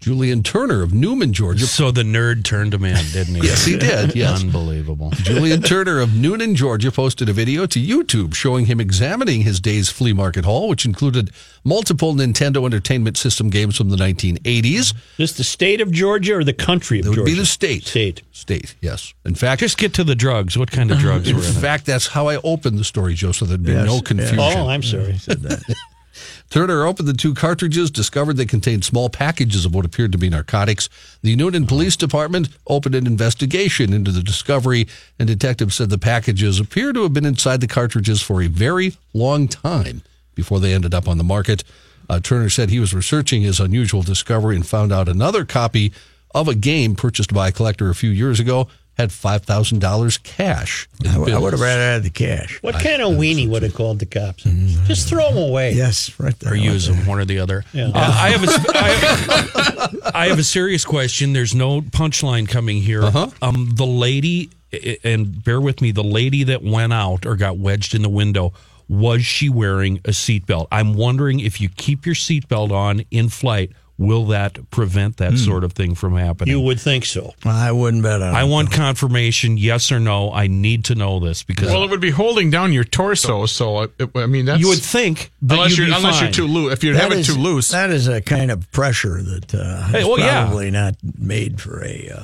[SPEAKER 14] Julian Turner of Newman, Georgia.
[SPEAKER 10] so the nerd turned him in, didn't he?
[SPEAKER 14] Yes, he did. Yes.
[SPEAKER 10] Unbelievable.
[SPEAKER 14] Julian Turner of Noonan, Georgia, posted a video to YouTube showing him examining his day's flea market haul, which included multiple Nintendo Entertainment System games from the 1980s.
[SPEAKER 11] Just the state of Georgia or the country of
[SPEAKER 14] It would
[SPEAKER 11] Georgia?
[SPEAKER 14] be the state.
[SPEAKER 11] State.
[SPEAKER 14] State, yes. In fact,
[SPEAKER 10] Just get to the drugs. What kind of drugs
[SPEAKER 14] In
[SPEAKER 10] were in it?
[SPEAKER 14] fact, that's how I opened the story, Joe, so there'd be
[SPEAKER 4] Yes,
[SPEAKER 14] no
[SPEAKER 4] yes.
[SPEAKER 14] confusion.
[SPEAKER 11] Oh, I'm sorry.
[SPEAKER 14] Turner opened the two cartridges, discovered they contained small packages of what appeared to be narcotics. The Noonan Police Department opened an investigation into the discovery, and detectives said the packages appear to have been inside the cartridges for a very long time before they ended up on the market. Uh, Turner said he was researching his unusual discovery and found out another copy of a game purchased by a collector a few years ago had $5,000 cash. in
[SPEAKER 4] I, I
[SPEAKER 14] bills.
[SPEAKER 4] would have rather had the cash.
[SPEAKER 11] What kind of weenie would have called the cops? Just throw them away.
[SPEAKER 4] Yes, right there.
[SPEAKER 10] or use them, one or the other.
[SPEAKER 11] Yeah.
[SPEAKER 10] Uh, I have a, s- I have, I have a serious question. There's no punchline coming here. Um, the lady, i- and bear with me, the lady that went out or got wedged in the window, was she wearing a seatbelt? I'm wondering if you keep your seatbelt on in flight, will that prevent that sort of thing from happening?
[SPEAKER 11] You would think so.
[SPEAKER 4] I wouldn't bet on.
[SPEAKER 10] I want confirmation, yes or no. I need to know this because
[SPEAKER 6] Well, it would be holding down your torso, so I, it, I mean that's
[SPEAKER 10] you would think that
[SPEAKER 6] unless
[SPEAKER 10] you'd
[SPEAKER 6] you're
[SPEAKER 10] be
[SPEAKER 6] unless
[SPEAKER 10] fine.
[SPEAKER 6] you're too loose. If you have
[SPEAKER 4] That
[SPEAKER 6] it
[SPEAKER 4] is-
[SPEAKER 6] too loose,
[SPEAKER 4] That is a kind of pressure that uh,
[SPEAKER 10] Hey,
[SPEAKER 4] is
[SPEAKER 10] well, yeah.
[SPEAKER 4] probably not made for a uh,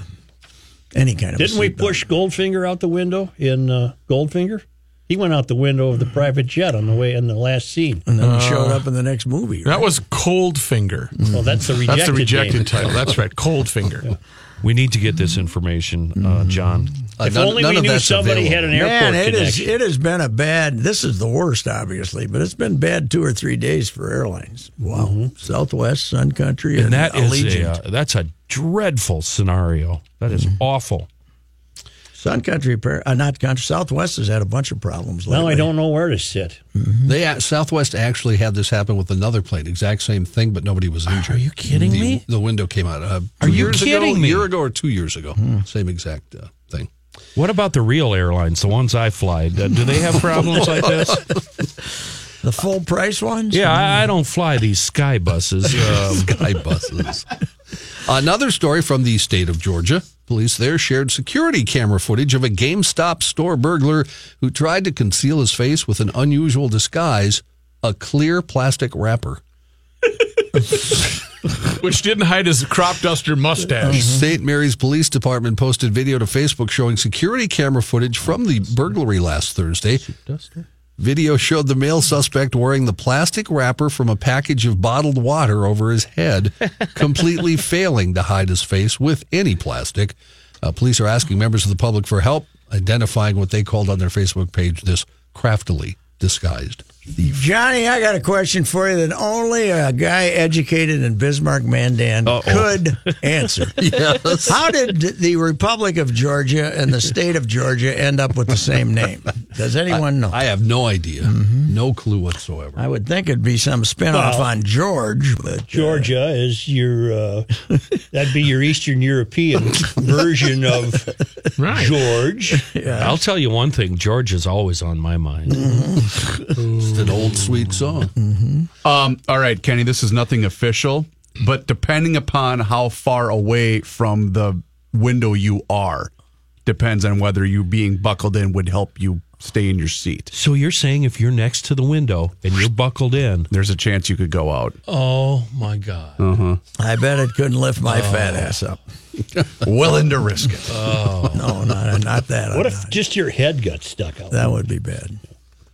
[SPEAKER 4] any kind of.
[SPEAKER 11] Didn't we push Goldfinger out the window in uh, Goldfinger? He went out the window of the private jet on the way in the last scene.
[SPEAKER 4] And
[SPEAKER 6] Uh.
[SPEAKER 4] then he showed up in the next movie.
[SPEAKER 6] that was cold finger.
[SPEAKER 11] Well, that's the rejected.
[SPEAKER 6] That's the rejected
[SPEAKER 11] name.
[SPEAKER 6] title. That's right, cold finger.
[SPEAKER 10] We need to get this information, uh, John.
[SPEAKER 14] Uh,
[SPEAKER 11] If only we knew
[SPEAKER 14] that's
[SPEAKER 11] somebody had an airport
[SPEAKER 4] Man, it
[SPEAKER 11] connection.
[SPEAKER 4] is. It has been a bad. This is the worst, obviously, but it's been bad two or three days for airlines. Wow, Southwest, Sun Country, and,
[SPEAKER 10] Mm-hmm. and that is
[SPEAKER 4] Allegiant. Mm-hmm.
[SPEAKER 10] a, uh, that's a dreadful scenario. That is awful.
[SPEAKER 4] Sun Country, appar- uh, not Country. Southwest has had a bunch of problems lately.
[SPEAKER 11] Now I don't know where to sit.
[SPEAKER 10] Mm-hmm.
[SPEAKER 14] They a- Southwest actually had this happen with another plane, exact same thing, but nobody was injured. Are you
[SPEAKER 10] kidding
[SPEAKER 14] the,
[SPEAKER 10] me?
[SPEAKER 14] The window came out. Uh,
[SPEAKER 10] Are
[SPEAKER 14] two
[SPEAKER 10] you
[SPEAKER 14] years
[SPEAKER 10] kidding
[SPEAKER 14] ago,
[SPEAKER 10] me? Hmm.
[SPEAKER 14] A year ago or two years ago, same exact uh, thing.
[SPEAKER 10] What about the real airlines, the ones I fly? Do do they have problems like this?
[SPEAKER 4] The full price ones.
[SPEAKER 10] Yeah, I, I don't fly these sky buses. Um,
[SPEAKER 14] Sky buses. Another story from the state of Georgia. Police there shared security camera footage of a GameStop store burglar who tried to conceal his face with an unusual disguise, a clear plastic wrapper.
[SPEAKER 6] which didn't hide his crop duster
[SPEAKER 4] Mm-hmm.
[SPEAKER 6] mustache.
[SPEAKER 14] St. Mary's Police Department posted video to Facebook showing security camera footage from the burglary last Thursday. Video showed the male suspect wearing the plastic wrapper from a package of bottled water over his head, completely failing to hide his face with any plastic. Uh, police are asking members of the public for help identifying what they called on their Facebook page this craftily disguised.
[SPEAKER 4] Johnny, I got a question for you that only a guy educated in Bismarck Mandan could answer.
[SPEAKER 14] Yes.
[SPEAKER 4] How did the Republic of Georgia and the state of Georgia end up with the same name? Does anyone know? Mm-hmm.
[SPEAKER 14] I have no idea, no clue whatsoever.
[SPEAKER 4] I would think it'd be some spinoff
[SPEAKER 11] Well-
[SPEAKER 4] on George, but uh,
[SPEAKER 11] Georgia is your uh, that'd be your Eastern European version of
[SPEAKER 6] Right.
[SPEAKER 11] George.
[SPEAKER 10] I'll tell you one thing: George is always on my mind.
[SPEAKER 4] Mm-hmm.
[SPEAKER 14] It's an old sweet song.
[SPEAKER 5] Um, all right, Kenny, this is nothing official, but depending upon how far away from the window you are, depends on whether you being buckled in would help you stay in your seat.
[SPEAKER 10] So you're saying if you're next to the window and you're buckled in?
[SPEAKER 5] There's a chance you could go out. Uh-huh.
[SPEAKER 10] Oh my God!
[SPEAKER 4] I bet it couldn't lift my
[SPEAKER 14] Oh.
[SPEAKER 4] fat ass up.
[SPEAKER 5] Willing to risk it.
[SPEAKER 10] Oh.
[SPEAKER 4] No, not, not that.
[SPEAKER 11] What
[SPEAKER 4] I'm
[SPEAKER 11] if
[SPEAKER 4] not.
[SPEAKER 11] just your head got stuck out?
[SPEAKER 4] that would be bad?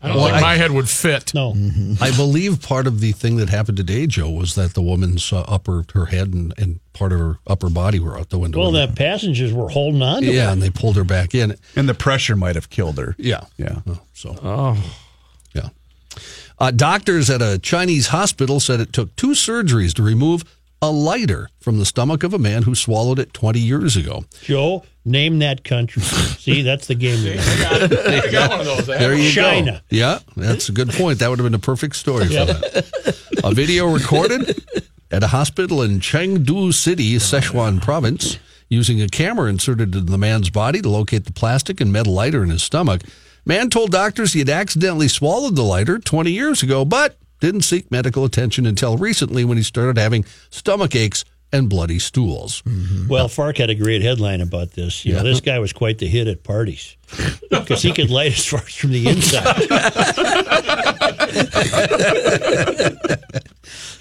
[SPEAKER 6] I don't think my head would fit.
[SPEAKER 11] No.
[SPEAKER 14] Mm-hmm. I believe part of the thing that happened today, Joe, was that the woman's uh, upper her head and, and part of her upper body were out the window.
[SPEAKER 11] Well,
[SPEAKER 14] And-
[SPEAKER 11] the passengers were holding on to
[SPEAKER 14] yeah, and they pulled her back in.
[SPEAKER 5] And the pressure might have killed her.
[SPEAKER 14] Yeah,
[SPEAKER 5] Yeah.
[SPEAKER 14] so
[SPEAKER 10] Oh,
[SPEAKER 14] yeah. Uh, doctors at a Chinese hospital said it took two surgeries to remove a lighter from the stomach of a man who swallowed it 20 years ago.
[SPEAKER 11] Joe, name that country. See, that's the game. we got.
[SPEAKER 6] I got one of those. eh?
[SPEAKER 14] There you
[SPEAKER 11] China.
[SPEAKER 14] go. Yeah, that's a good point. That would have been a perfect story for that. A video recorded at a hospital in Chengdu City, Sichuan Province, using a camera inserted into the man's body to locate the plastic and metal lighter in his stomach. Man told doctors he had accidentally swallowed the lighter 20 years ago, but didn't seek medical attention until recently when he started having stomach aches and bloody stools.
[SPEAKER 11] Well, Fark had a great headline about this. You know, this guy was quite the hit at parties because he could light his farts from the inside.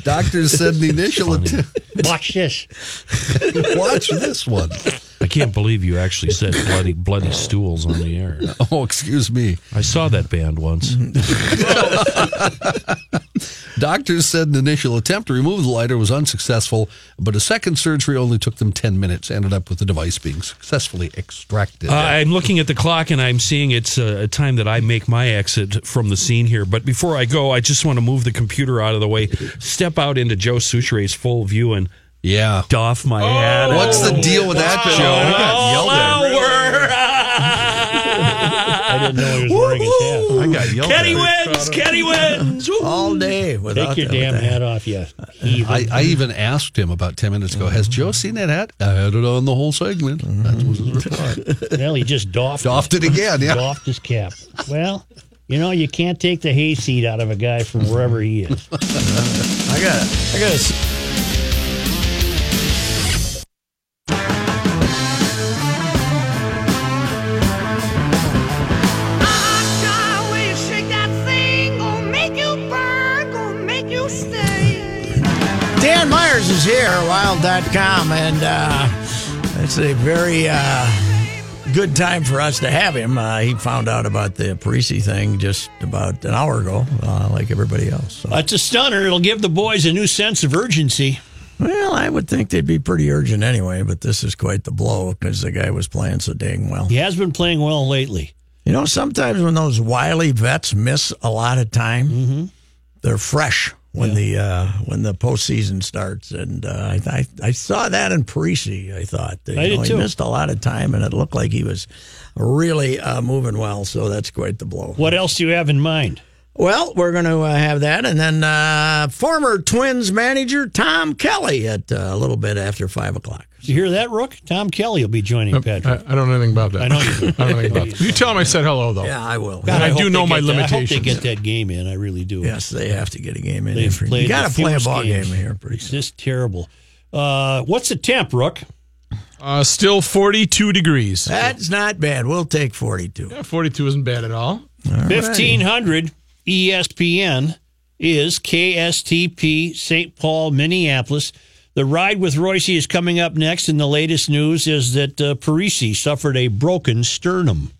[SPEAKER 14] Doctors said the initial attempt.
[SPEAKER 11] Watch this.
[SPEAKER 14] Watch this one.
[SPEAKER 10] I can't believe you actually said bloody bloody stools on the air.
[SPEAKER 14] Oh, excuse me.
[SPEAKER 10] I saw that band once.
[SPEAKER 14] Doctors said an initial attempt to remove the lighter was unsuccessful, but a second surgery only took them 10 minutes, ended up with the device being successfully extracted.
[SPEAKER 10] Uh, I'm looking at the clock and I'm seeing it's uh, a, a time that I make my exit from the scene here. But before I go, I just want to move the computer out of the way, step out into Joe Suchere's full view, and
[SPEAKER 14] yeah.
[SPEAKER 10] doff my hat. Oh,
[SPEAKER 14] What's the deal with that, Joe?
[SPEAKER 10] All hour
[SPEAKER 11] I didn't know he was wearing his hat.
[SPEAKER 4] I got yelled
[SPEAKER 11] Kenny
[SPEAKER 4] at.
[SPEAKER 11] wins! Kenny wins!
[SPEAKER 4] All day
[SPEAKER 11] Take
[SPEAKER 4] without
[SPEAKER 11] your
[SPEAKER 4] that,
[SPEAKER 11] damn
[SPEAKER 4] with that.
[SPEAKER 11] hat off, you
[SPEAKER 14] I, I even asked him about 10 minutes ago, has Joe seen that hat? I had it on the whole segment. That was his reply.
[SPEAKER 11] well, he just doffed
[SPEAKER 14] Doffed it again, yeah.
[SPEAKER 11] Doffed his cap. Well, you know, you can't take the hayseed out of a guy from wherever he is.
[SPEAKER 4] I got. I got. A, Dan Myers is here, wild.com, and uh, it's a very uh, good time for us to have him. Uh, he found out about the Parisi thing just about an hour ago, uh, like everybody else. So.
[SPEAKER 11] That's a stunner. It'll give the boys a new sense of urgency.
[SPEAKER 4] Well, I would think they'd be pretty urgent anyway, but this is quite the blow because the guy was playing so dang well.
[SPEAKER 11] He has been playing well lately.
[SPEAKER 4] You know, sometimes when those wily vets miss a lot of time,
[SPEAKER 11] Mm-hmm.
[SPEAKER 4] they're fresh when the uh, when the postseason starts. And uh, I, I I saw that in Parisi. I thought that, you
[SPEAKER 11] I did
[SPEAKER 4] know, he
[SPEAKER 11] too.
[SPEAKER 4] missed a lot of time, and it looked like he was really uh, moving well. So that's quite the blow.
[SPEAKER 11] What else do you have in mind?
[SPEAKER 4] Well, we're going to uh, have that, and then uh, former Twins manager Tom Kelly at uh, a little bit after five o'clock.
[SPEAKER 11] Did you hear that, Rook? Tom Kelly will be joining Patrick.
[SPEAKER 6] I, I don't know anything about that.
[SPEAKER 11] I know you
[SPEAKER 6] I don't know anything about that. You tell him I said hello, though.
[SPEAKER 4] Yeah, I will.
[SPEAKER 6] And I,
[SPEAKER 11] hope
[SPEAKER 6] do
[SPEAKER 11] they
[SPEAKER 6] know my
[SPEAKER 11] get that- I hope
[SPEAKER 6] limitations.
[SPEAKER 11] they get that game in. I really do.
[SPEAKER 4] Yes, they have to get a game in.
[SPEAKER 11] They've
[SPEAKER 4] If-
[SPEAKER 11] played
[SPEAKER 4] you got to
[SPEAKER 11] the
[SPEAKER 4] play a
[SPEAKER 11] fewest
[SPEAKER 4] ball
[SPEAKER 11] games.
[SPEAKER 4] game here pretty
[SPEAKER 11] It's just terrible. Uh, what's the temp, Rook?
[SPEAKER 6] Uh, still 42 degrees.
[SPEAKER 4] That's not bad. We'll take 42.
[SPEAKER 6] Yeah, 42 isn't bad at all.
[SPEAKER 11] 1500 E ESPN is KSTP St. Paul, Minneapolis. The ride with Royce is coming up next, and the latest news is that uh, Parisi suffered a broken sternum.